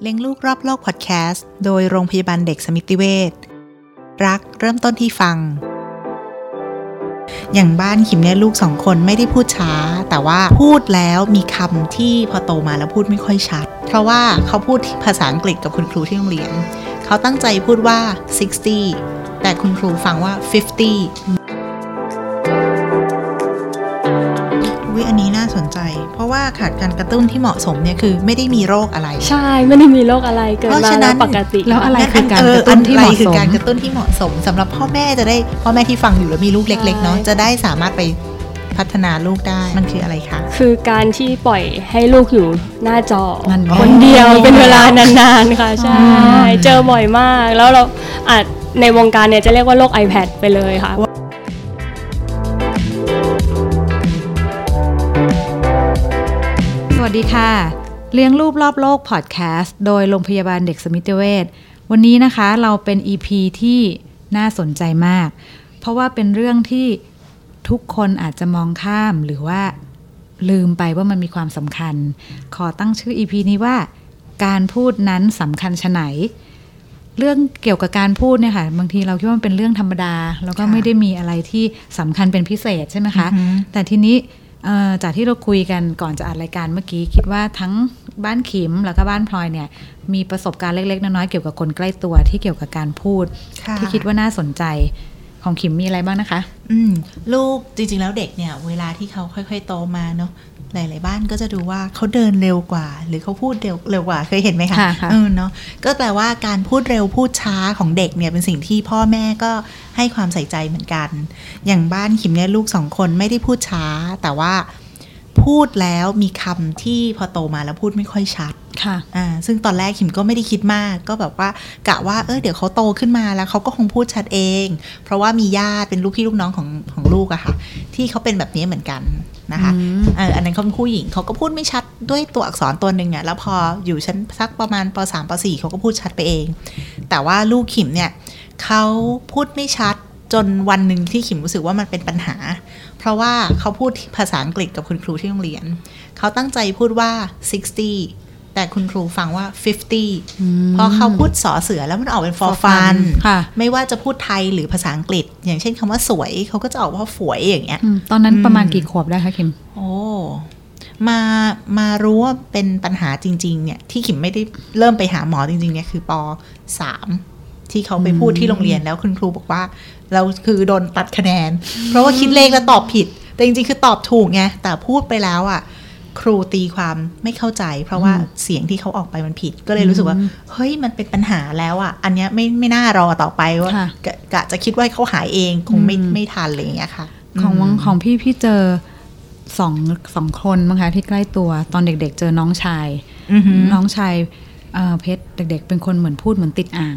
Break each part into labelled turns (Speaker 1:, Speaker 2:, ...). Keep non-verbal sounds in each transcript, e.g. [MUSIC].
Speaker 1: เลี้ยงลูกรอบโลกพอดแคสต์โดยโรงพยาบาลเด็กสมิติเวชรักเริ่มต้นที่ฟัง อย่างบ้านขิมเนี่ยลูกสองคนไม่ได้พูดช้า แต่ว่าพูดแล้วมีคำที่พอโตมาแล้วพูดไม่ค่อยชัด เพราะว่าเขาพูดภาษาอังกฤษกับคุณครูที่โรงเรียน เขาตั้งใจพูดว่า 60 แต่คุณครูฟังว่า 50วิอันนี้น่าสนใจ เพราะว่าขาดการกระตุ้นที่เหมาะสมเนี่ยคือไม่ได้มีโรคอะไร
Speaker 2: ใช่ไม่ได้มีโรคอะไรเกิด
Speaker 1: เพราะ
Speaker 2: มา
Speaker 1: ฉะนั้
Speaker 2: แล้
Speaker 1: น
Speaker 2: วปกติ
Speaker 3: แล้วอะไร คืการ
Speaker 1: เ
Speaker 3: กระตุ้นที่เหมาะ
Speaker 1: อะไรคือ
Speaker 3: สม
Speaker 1: การกระตุ้นที่เหมาะสมสำหรับพ่อแม่จะได้พ่อแม่ที่ฟังอยู่แล้วมีลูกเล็ก ๆ เนาะจะได้สามารถไปพัฒนาลูกได้มันคืออะไรคะ
Speaker 2: คือการที่ปล่อยให้ลูกอยู่หน้าจอ
Speaker 3: นั่นไง
Speaker 2: คนเดียวเป็นเวลานานๆค่ะใช่เจอบ่อยมาก แล้วเราอาจในวงการเนี่ยจะเรียกว่าโรค iPad ไปเลยค่ะ
Speaker 3: สวัสดีค่ะ เลี้ยงรูปรอบโลกพอดแคสต์โดยโรงพยาบาลเด็กสมิติเวชวันนี้นะคะเราเป็น EP ีที่น่าสนใจมาก เพราะว่าเป็นเรื่องที่ทุกคนอาจจะมองข้ามหรือว่าลืมไปว่ามันมีความสำคัญ ขอตั้งชื่อ EP นี้ว่า การพูดนั้นสำคัญชะไหน เรื่องเกี่ยวกับการพูดเนี่ยค่ะบางทีเราคิดว่ามันเป็นเรื่องธรรมดา แล้วก็
Speaker 1: ค่ะ
Speaker 3: ไม่ได้มีอะไรที่สำคัญเป็นพิเศษใช่ไหมคะ
Speaker 1: อือหือ
Speaker 3: แต่ทีนี้เอ่อจากที่เราคุยกันก่อนจะอัดรายการเมื่อกี้ คิดว่าทั้งบ้านขิมแล้วก็บ้านพลอยเนี่ย มีประสบการณ์เล็กๆน้อยๆเกี่ยวกับคนใกล้ตัวที่เกี่ยวกับการพูด ที่คิดว่าน่าสนใจของขิมมีอะไรบ้างนะคะ
Speaker 1: อืมลูกจริงๆ แล้วเด็กเนี่ยเวลาที่เขาค่อยๆโตมาเนาะหลายๆบ้านก็จะดูว่าเขาเดินเร็วกว่า หรือเขาพูดเร็วเร็วกว่าเคยเห็นไหมคะ
Speaker 3: ค่ะค่ะ
Speaker 1: เออเนาะก็แปลว่าการพูดเร็วพูดช้าของเด็กเนี่ยเป็นสิ่งที่พ่อแม่ก็ให้ความใส่ใจเหมือนกัน อย่างบ้านขิมเนี่ยลูกสองคนไม่ได้พูดช้า แต่ว่าพูดแล้วมีคำที่พอโตมาแล้วพูดไม่ค่อยชัด
Speaker 3: ค่ะ
Speaker 1: อ่าซึ่งตอนแรกขิมก็ไม่ได้คิดมาก ก็แบบว่ากะว่าเออเดี๋ยวเขาโตขึ้นมาแล้วเขาก็คงพูดชัดเอง เพราะว่ามีญาติเป็นลูกพี่ลูกน้องของของลูกอะค่ะ ที่เขาเป็นแบบนี้เหมือนกันนะคะ
Speaker 3: อืม
Speaker 1: เอออันนั้นเขาเป็นผู้หญิงเขาก็พูดไม่ชัดด้วยตัวอักษรตัวหนึ่งอะแล้วพออยู่ชั้นสักประมาณปสามปสี่เขาก็พูดชัดไปเอง แต่ว่าลูกขิมเนี่ยเขาพูดไม่ชัดจนวันหนึ่งที่ขิมรู้สึกว่ามันเป็นปัญหา เพราะว่าเขาพูดภาษาอังกฤษกับคุณครูที่โรงเรียน เขาตั้งใจพูดว่า 60 แต่คุณครูฟังว่า 50 เพราะเขาพูดสอเสือแล้วมันออกเป็น for fun
Speaker 3: ค่ะ
Speaker 1: ไม่ว่าจะพูดไทยหรือภาษาอังกฤษ อย่างเช่นคำว่าสวย เขาก็จะออกว่าฝวยอย่างเงี้ย
Speaker 3: อืมตอนนั้นประมาณ
Speaker 1: อืม
Speaker 3: กี่ขวบได้คะขิม
Speaker 1: โอ้มามารู้ว่าเป็นปัญหาจริง ๆ เนี่ย ที่ขิมไม่ได้เริ่มไปหาหมอจริง ๆ เนี่ย คือปสามที่เขาไปพูดที่โรงเรียนแล้วคุณครูบอกว่า เราคือโดนตัดคะแนน เพราะว่าคิดเลขแล้วตอบผิด แต่จริง ๆ คือตอบถูกไง แต่พูดไปแล้วอ่ะ ครูตีความไม่เข้าใจ เพราะว่า
Speaker 3: อืม
Speaker 1: เสียงที่เขาออกไปมันผิด ก็เลยรู้สึกว่า เฮ้ยมันเป็นปัญหาแล้วอ่ะ อันเนี้ยไม่ไม่น่ารอต่อไปว่า
Speaker 3: ค่ะ
Speaker 1: กะกะจะคิดว่าเขาหายเองคงไม่
Speaker 3: อืม
Speaker 1: ไม่ทันอะไรอย่างเงี้ยค่ะ
Speaker 3: ของ
Speaker 1: ม
Speaker 3: ของพี่พี่เจอสองสองคนมั้งคะที่ใกล้ตัวตอนเด็กๆ เจอน้องชาย
Speaker 1: อือหือ
Speaker 3: น้องชายเอ่อเพชรเด็กๆ เป็นคนเหมือนพูดเหมือนติดอ่าง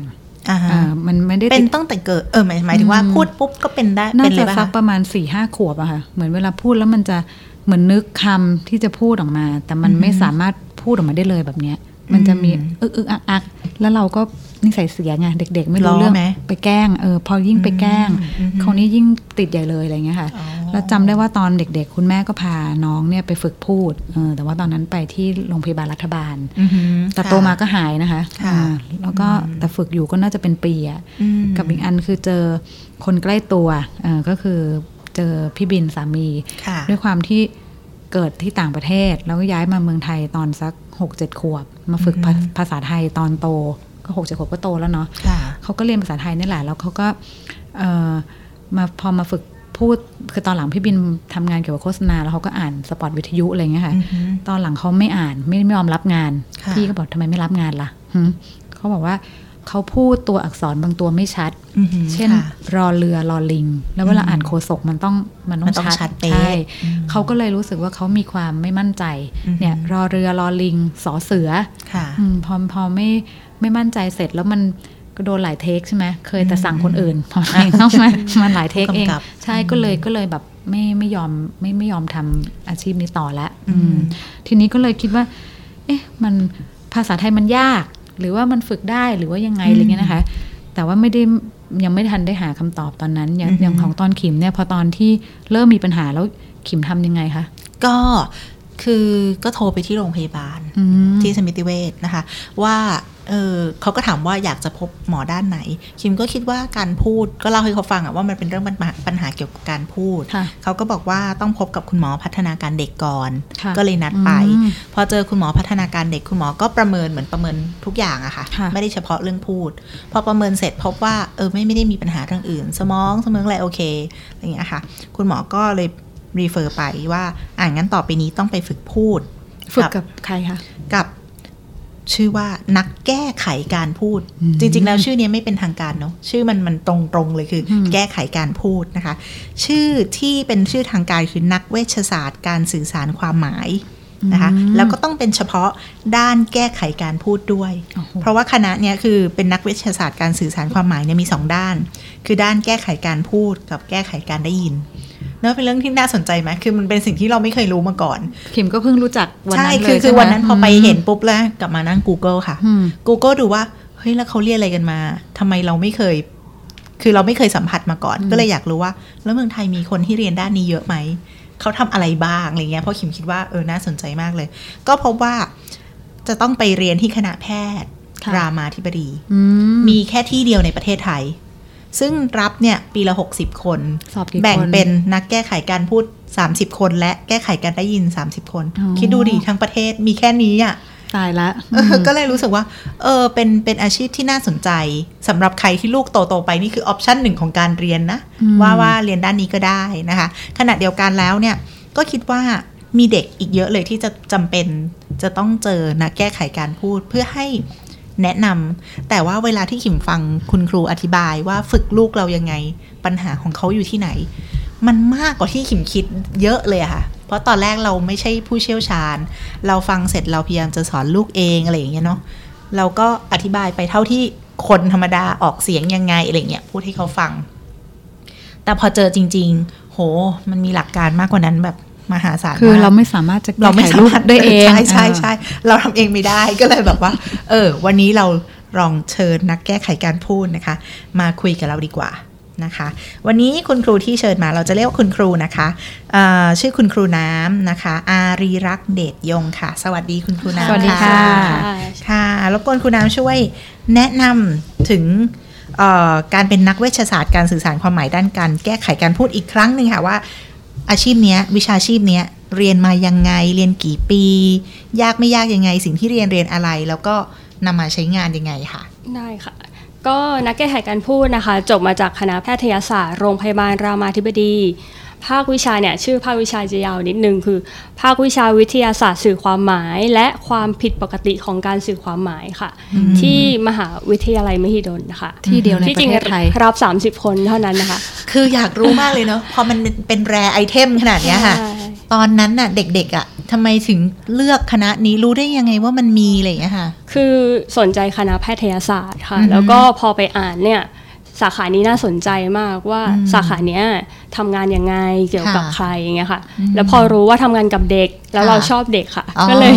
Speaker 1: อ่าฮะ
Speaker 3: เอ่อมันไม่ได้
Speaker 1: เป็
Speaker 3: ติ
Speaker 1: น
Speaker 3: ด
Speaker 1: ตั้งแต่เกิด เออหมายหมายถึงว่า
Speaker 3: อืม
Speaker 1: พูดปุ๊บก็เป็นได้
Speaker 3: น่า
Speaker 1: เป็นเล
Speaker 3: จะ
Speaker 1: ยป่ะ
Speaker 3: สั
Speaker 1: คะ
Speaker 3: กประมาณ4ี่ห้าขวบอะค่ะ เหมือนเวลาพูดแล้วมันจะเหมือนนึกคำที่จะพูดออกมา แต่มันไม่สามารถพูดออกมาได้เลยแบบเนี้ย มันจะมีอึกอึกอักอักแล้วเราก็นิสัยเสียไงเด็ก ๆ ไม่รู้เรื่อง
Speaker 1: ไหม
Speaker 3: ไปแกล้งเออพอยิ่งไปแกล้ง
Speaker 1: อืม
Speaker 3: คนนี้ยิ่งติดใหญ่เลยอะไรเงี้ยค่ะ
Speaker 1: อ๋อ
Speaker 3: แล้วจำได้ว่าตอนเด็ก ๆ คุณแม่ก็พาน้องเนี่ยไปฝึกพูดเออแต่ว่าตอนนั้นไปที่โรงพยาบาลรัฐบาล
Speaker 1: อือหือ
Speaker 3: แต่
Speaker 1: ค่ะ
Speaker 3: โตมาก็หายนะคะ
Speaker 1: ค่ะ
Speaker 3: อ่าแล้วก็
Speaker 1: อืม
Speaker 3: แต่ฝึกอยู่ก็น่าจะเป็นปีอะ
Speaker 1: อืม
Speaker 3: กับอีกอันคือเจอคนใกล้ตัวเอ่อก็คือเจอพี่บินสามี
Speaker 1: ค่ะ
Speaker 3: ด้วยความที่เกิดที่ต่างประเทศ แล้วก็ย้ายมาเมืองไทยตอนสัก 6 7 ขวบ มาฝึกภา
Speaker 1: อืม
Speaker 3: ภาษาไทยตอนโตก็6 7ขวบก็โตแล้วเนาะ
Speaker 1: ค่ะ
Speaker 3: เขาก็เรียนภาษาไทยนี่แหละ แล้วเขาก็เอ่อมาพอมาฝึกพูดคือตอนหลังพี่บินทำงานเกี่ยวกับโฆษณา แล้วเขาก็อ่านสปอตวิทยุอะไรอย่างเงี้ยค่ะ
Speaker 1: อือหือ
Speaker 3: ตอนหลังเขาไม่อ่านไม่ไม่ยอมรับงาน
Speaker 1: ค่ะ
Speaker 3: พี่ก็บอกทำไมไม่รับงานล่ะหึเขาบอกว่าเขาพูดตัวอักษรบางตัวไม่ชัด
Speaker 1: อือหือ
Speaker 3: เช่น
Speaker 1: ค่ะ
Speaker 3: รอเรือรอลิง แล้วเวลา
Speaker 1: อืม
Speaker 3: อ่านโคศกมันต้องมันต้
Speaker 1: มั
Speaker 3: อน
Speaker 1: ต้อง
Speaker 3: ง
Speaker 1: ชั
Speaker 3: ชั
Speaker 1: ด
Speaker 3: ด
Speaker 1: เป๊ะ
Speaker 3: ใช่
Speaker 1: อืม
Speaker 3: เขาก็เลยรู้สึกว่าเขามีความไม่มั่นใจ
Speaker 1: อือหือ
Speaker 3: เนี่ยรอเรือรอลิงสอเสือ
Speaker 1: ค่ะ
Speaker 3: อมพอพอไม่ไม่มั่นใจเสร็จแล้วมันก็โดนหลายเทคใช่ไหมเคยแต่สั่งคนอื่นพอเองต้องมามันหลายเทคเอง
Speaker 1: กำกับ
Speaker 3: ใช่ก็เลยก็เลยแบบไม่ไม่ยอมไม่ไม่ยอมทำอาชีพนี้ต่อละ
Speaker 1: อืม
Speaker 3: อืม ทีนี้ก็เลยคิดว่า เอ๊ะ มันภาษาไทยมันยาก หรือว่ามันฝึกได้ หรือว่ายังไง
Speaker 1: อืม
Speaker 3: อะไรเงี้ยนะคะ แต่ว่าไม่ได้ยังไม่ทันได้หาคำตอบตอนนั้น อย่าง
Speaker 1: อือหืออ
Speaker 3: ย่างของตอนขิมเนี่ย พอตอนที่เริ่มมีปัญหาแล้วขิมทำยังไงคะ
Speaker 1: ก็ คือก็โทรไปที่โรงพยาบาล
Speaker 3: อืม
Speaker 1: ที่สมิติเวชนะคะ ว่าเออเขาก็ถามว่าอยากจะพบหมอด้านไหน คิมก็คิดว่าการพูดก็เล่าให้เขาฟังอะว่ามันเป็นเรื่องปัญหาปัญหาเกี่ยวกับการพูด
Speaker 3: ค่ะ
Speaker 1: เขาก็บอกว่าต้องพบกับคุณหมอพัฒนาการเด็กก่อน
Speaker 3: ค่ะ
Speaker 1: ก็เลยนัดไป
Speaker 3: อืม
Speaker 1: พอเจอคุณหมอพัฒนาการเด็กคุณหมอก็ประเมินเหมือนประเมินทุกอย่างอะค่ะ
Speaker 3: ค่ะ
Speaker 1: ไม่ได้เฉพาะเรื่องพูด พอประเมินเสร็จพบว่าเออไม่ไม่ได้มีปัญหาเรื่องอื่น สมองสมองอะไรโอเคอะไรอย่างเงี้ยค่ะ คุณหมอก็เลยรีเฟอร์ไปว่าอ่างั้นต่อไปนี้ต้องไปฝึกพูด
Speaker 3: ฝึกกับใครคะ
Speaker 1: กับชื่อว่านักแก้ไขการพูด
Speaker 3: อืม
Speaker 1: จริง ๆ แล้วชื่อเนี้ยไม่เป็นทางการเนาะชื่อมันมันตรงๆเลยคืออ
Speaker 3: ม
Speaker 1: แก้ไขการพูดนะคะ ชื่อที่เป็นชื่อทางการคือนักเวชศาสตร์ การสื่อสารความหมายนะคะ
Speaker 3: อืม
Speaker 1: แล้วก็ต้องเป็นเฉพาะด้านแก้ไขการพูดด้วย
Speaker 3: โอ้โห
Speaker 1: เพราะว่าคณะเนี่ยคือเป็นนักเวชศาสตร์การสื่อสารความหมายเนี่ยมีสองด้าน คือด้านแก้ไขการพูดกับแก้ไขการได้ยินเนาะเป็นเรื่องที่น่าสนใจไหมคือมันเป็นสิ่งที่เราไม่เคยรู้มาก่อน
Speaker 3: ขิมก็เพิ่งรู้จักวัน
Speaker 1: ใช่
Speaker 3: นั้นเลย
Speaker 1: คือคือ
Speaker 3: ใช่ไหม
Speaker 1: วันนั้นพอไปเห็นปุ๊บแล้วกลับมานั่ง Google ค่ะ
Speaker 3: อืม
Speaker 1: Google ดูว่า เฮ้ย แล้วเขาเรียกอะไรกันมาทำไมเราไม่เคย คือเราไม่เคยสัมผัสมาก่อน
Speaker 3: อืม
Speaker 1: ก็เลยอยากรู้ว่า แล้วเมืองไทยมีคนที่เรียนด้านนี้เยอะไหม เขาทำอะไรบ้างอะไรเงี้ยเพราะคิมคิดว่าเออน่าสนใจมากเลย ก็พบว่าจะต้องไปเรียนที่คณะแพทย์
Speaker 3: ค่ะ
Speaker 1: รามาธิบดี
Speaker 3: อื
Speaker 1: มีแค่ที่เดียวในประเทศไทย ซึ่งรับเนี่ยปีละ 60 คน
Speaker 3: สอบกี่คน
Speaker 1: แบ่งเป็นนักแก้ไขการพูด 30 คนและแก้ไขการได้ยิน 30 คน
Speaker 3: อ๋อ
Speaker 1: คิดดูดิทั้งประเทศมีแค่นี้อ่ะ
Speaker 3: ตายละ
Speaker 1: เออ
Speaker 3: อืม
Speaker 1: ก็เลยรู้สึกว่า เออเป็นเป็นอาชีพที่น่าสนใจสำหรับใครที่ลูกโตๆไปนี่คือออปชันหนึ่งของการเรียนนะ
Speaker 3: อืม
Speaker 1: ว่าว่าเรียนด้านนี้ก็ได้นะคะ ขณะเดียวกันแล้วเนี่ย ก็คิดว่ามีเด็กอีกเยอะเลยที่จะจำเป็นจะต้องเจอนะแก้ไขการพูดเพื่อให้แนะนำแต่ว่าเวลาที่ขิมฟังคุณครูอธิบายว่าฝึกลูกเรายังไงปัญหาของเขาอยู่ที่ไหน มันมากกว่าที่ขิมคิดเยอะเลยอะค่ะ เพราะตอนแรกเราไม่ใช่ผู้เชี่ยวชาญ เราฟังเสร็จเราพยายามจะสอนลูกเองอะไรอย่างเงี้ยเนาะเราก็อธิบายไปเท่าที่คนธรรมดาออกเสียงยังไงอะไรอย่างเงี้ยพูดให้เขาฟัง แต่พอเจอจริง ๆ โห มันมีหลักการมากกว่านั้นแบบมหาศาล
Speaker 3: คือ
Speaker 1: มาก
Speaker 3: เราไม่สามารถจะแก้
Speaker 1: เราไม่
Speaker 3: ไข
Speaker 1: สา
Speaker 3: รูป
Speaker 1: มารถ
Speaker 3: ได้เอง
Speaker 1: ใช่ใช่
Speaker 3: อ่า
Speaker 1: ใช่เราทำเองไม่ได้ [LAUGHS] ก็เลยแบบว่า เออ วันนี้เราลองเชิญนักแก้ไขการพูดนะคะ มาคุยกับเราดีกว่านะคะ วันนี้คุณครูที่เชิญมาเราจะเรียกว่าคุณครูนะคะเอ่อชื่อคุณครูน้ำนะคะ อารีรักษ์เดชยงค่ะ สวัสดีคุณครูน้ำ
Speaker 3: สวัสดีค่ะ
Speaker 2: ค่ะ
Speaker 1: ค่ะรบกวนครูน้ำช่วยแนะนำถึงเอ่อการเป็นนักเวชศาสตร์การสื่อสารความหมายด้านการแก้ไขการพูดอีกครั้งหนึ่งค่ะว่า อาชีพเนี้ยวิชาชีพเนี้ยเรียนมายังไงเรียนกี่ปี ยากไม่ยากยังไง สิ่งที่เรียนเรียนอะไร แล้วก็นำมาใช้งานยังไงค่ะ
Speaker 2: ได้ค่ะ ก็นักแก้ไขการพูดนะคะ จบมาจากคณะแพทยศาสตร์โรงพยาบาลรามาธิบดี ภาควิชาเนี่ยชื่อภาควิชาจะยาวนิดนึงคือ ภาควิชาวิทยาศาสตร์สื่อความหมาย และความผิดปกติของการสื่อความหมายค่ะ ที่มหาวิทยาลัยมหิดลนะคะ
Speaker 3: ที่เดียวในประ
Speaker 2: จริง
Speaker 3: เทศไทย
Speaker 2: รับ 30 คนเท่านั้นนะคะ
Speaker 1: คืออยากรู้มากเลยเนาะ พอมันเป็นแรไอเทมขนาดเนี้ยค่ะ
Speaker 2: ใช่
Speaker 1: ตอนนั้นน่ะเด็กๆอะ่ะทำไมถึงเลือกคณะนี้รู้ได้ยังไงว่ามันมีอะไรอย่างเงี้ยค่ะ
Speaker 2: คือสนใจคณะแพทยศาสตร์ค่ะ
Speaker 1: อือฮึ
Speaker 2: แล้วก็พอไปอ่านเนี่ยสาขานี้น่าสนใจมากว่า
Speaker 1: อืม
Speaker 2: สาขาเนี้ยทำงานยังไงเกี่ยวกับ
Speaker 1: ค่ะ
Speaker 2: ใครอย่างเงี้ยค่ะ แล้วพอรู้ว่าทำงานกับเด็กแล้ว
Speaker 1: ค่ะ
Speaker 2: เราชอบเด็กค่ะ
Speaker 1: อ๋อ
Speaker 2: ก็เลย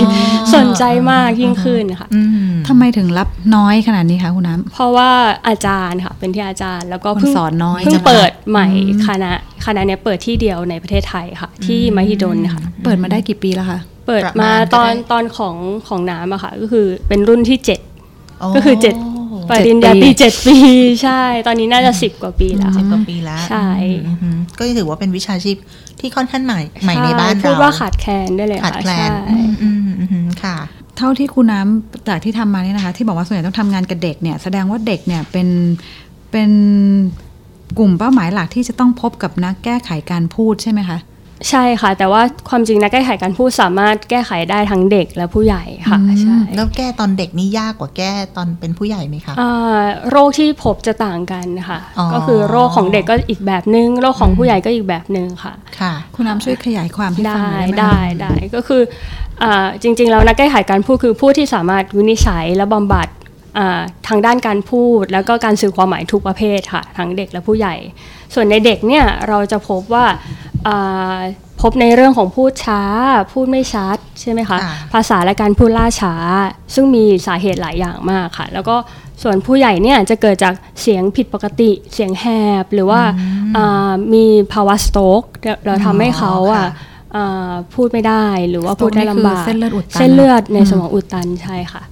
Speaker 2: สนใจมากยิ่งขึ้นค่ะ
Speaker 1: อืม
Speaker 3: ทำไมถึงรับน้อยขนาดนี้คะคุณน้
Speaker 2: เพราะว่าอาจารย์ค่ะ เป็นที่อาจารย์แล้วก็
Speaker 3: คน
Speaker 2: เพิ่ง
Speaker 3: สอนน้อย
Speaker 2: เพิ่ง
Speaker 3: จัง
Speaker 2: เปิดใหม่
Speaker 1: อืม
Speaker 2: คณะคณะเนี้ยเปิดที่เดียวในประเทศไทยค่ะ ที่มหิดลค่ะ
Speaker 3: ำเปิดมาได้กี่ปีแล้วคะ
Speaker 2: เปิดมาตอนตอนของของน้ำอะค่ะ ก็คือเป็นรุ่นที่ 7 ก็คือเจ็ด ปริญญาต
Speaker 3: ปี
Speaker 2: รีเจ็ดปี [LAUGHS] ใช่ ตอนนี้น่าจะ 10 กว่าปีแล้ว
Speaker 1: สิบ
Speaker 2: ค่ะ
Speaker 1: กว่าปีแล้ว
Speaker 2: ใช่
Speaker 1: อืมอืมก็ถือว่าเป็นวิชาชีพที่ค่อนข้างใหม่ใหม่ในบ้านเรา
Speaker 2: พูดว่าขาดแคลนได้เลย
Speaker 1: ขา
Speaker 2: ค่ะ
Speaker 1: ดแคลน
Speaker 2: ใช่
Speaker 1: อืมอืมอืมค่ะ
Speaker 3: เท่าที่คุณน้ำจากที่ทำมาเนี่ยนะคะ ที่บอกว่าส่วนใหญ่ต้องทำงานกับเด็กเนี่ยแสดงว่าเด็กเนี่ยเป็นเป็นกลุ่มเป้าหมายหลักที่จะต้องพบกับนักแก้ไขการพูดใช่ไหมคะ
Speaker 2: ใช่ค่ะ แต่ว่าความจริงนะแก้ไขการพูดสามารถแก้ไขได้ทั้งเด็กและผู้ใหญ่ค่ะ
Speaker 3: อืม
Speaker 2: ใช่
Speaker 1: แล้วแก้ตอนเด็กนี่ยากกว่าแก้ตอนเป็นผู้ใหญ่ไหมคะ
Speaker 2: อ่าโรคที่พบจะต่างกันค่ะ
Speaker 1: อ๋อ
Speaker 2: ก็คือโรคของเด็กก็อีกแบบนึง โรคของผู้ใหญ่ก็อีกแบบนึงค่ะ
Speaker 1: ค่ะ
Speaker 3: คุณน้ำช่วยขยายความให้ฟัง
Speaker 2: ได้
Speaker 3: หน่อยได้ไหม
Speaker 2: ได้ได้ก็คืออาจริงๆแล้วนักแก้ไขการพูดคือผู้ที่สามารถวินิจฉัยและบำบัดอ่าทางด้านการพูด แล้วก็การสื่อความหมายทุกประเภทค่ะทั้งเด็กและผู้ใหญ่ ส่วนในเด็กเนี่ยเราจะพบว่าอ่าพบในเรื่องของพูดช้า พูดไม่ชัดใช่ไหมคะ
Speaker 1: ค่ะ
Speaker 2: ภาษาและการพูดล่าช้า ซึ่งมีสาเหตุหลายอย่างมากค่ะ แล้วก็ส่วนผู้ใหญ่เนี่ยจะเกิดจากเสียงผิดปกติเสียงแหบหรือว่าอ่ามีภาวะสโตรกเราทำให้เขาอ่ะ
Speaker 1: ค่ะ
Speaker 2: เอ่อพูดไม่ได้หรือว่าพูดได้ลำบาก
Speaker 3: สโตรกนี่คือเส้นเลือดอุดตัน
Speaker 2: เส้นเลือดใน
Speaker 3: อืม
Speaker 2: สมองอุดตันใช่ค่ะ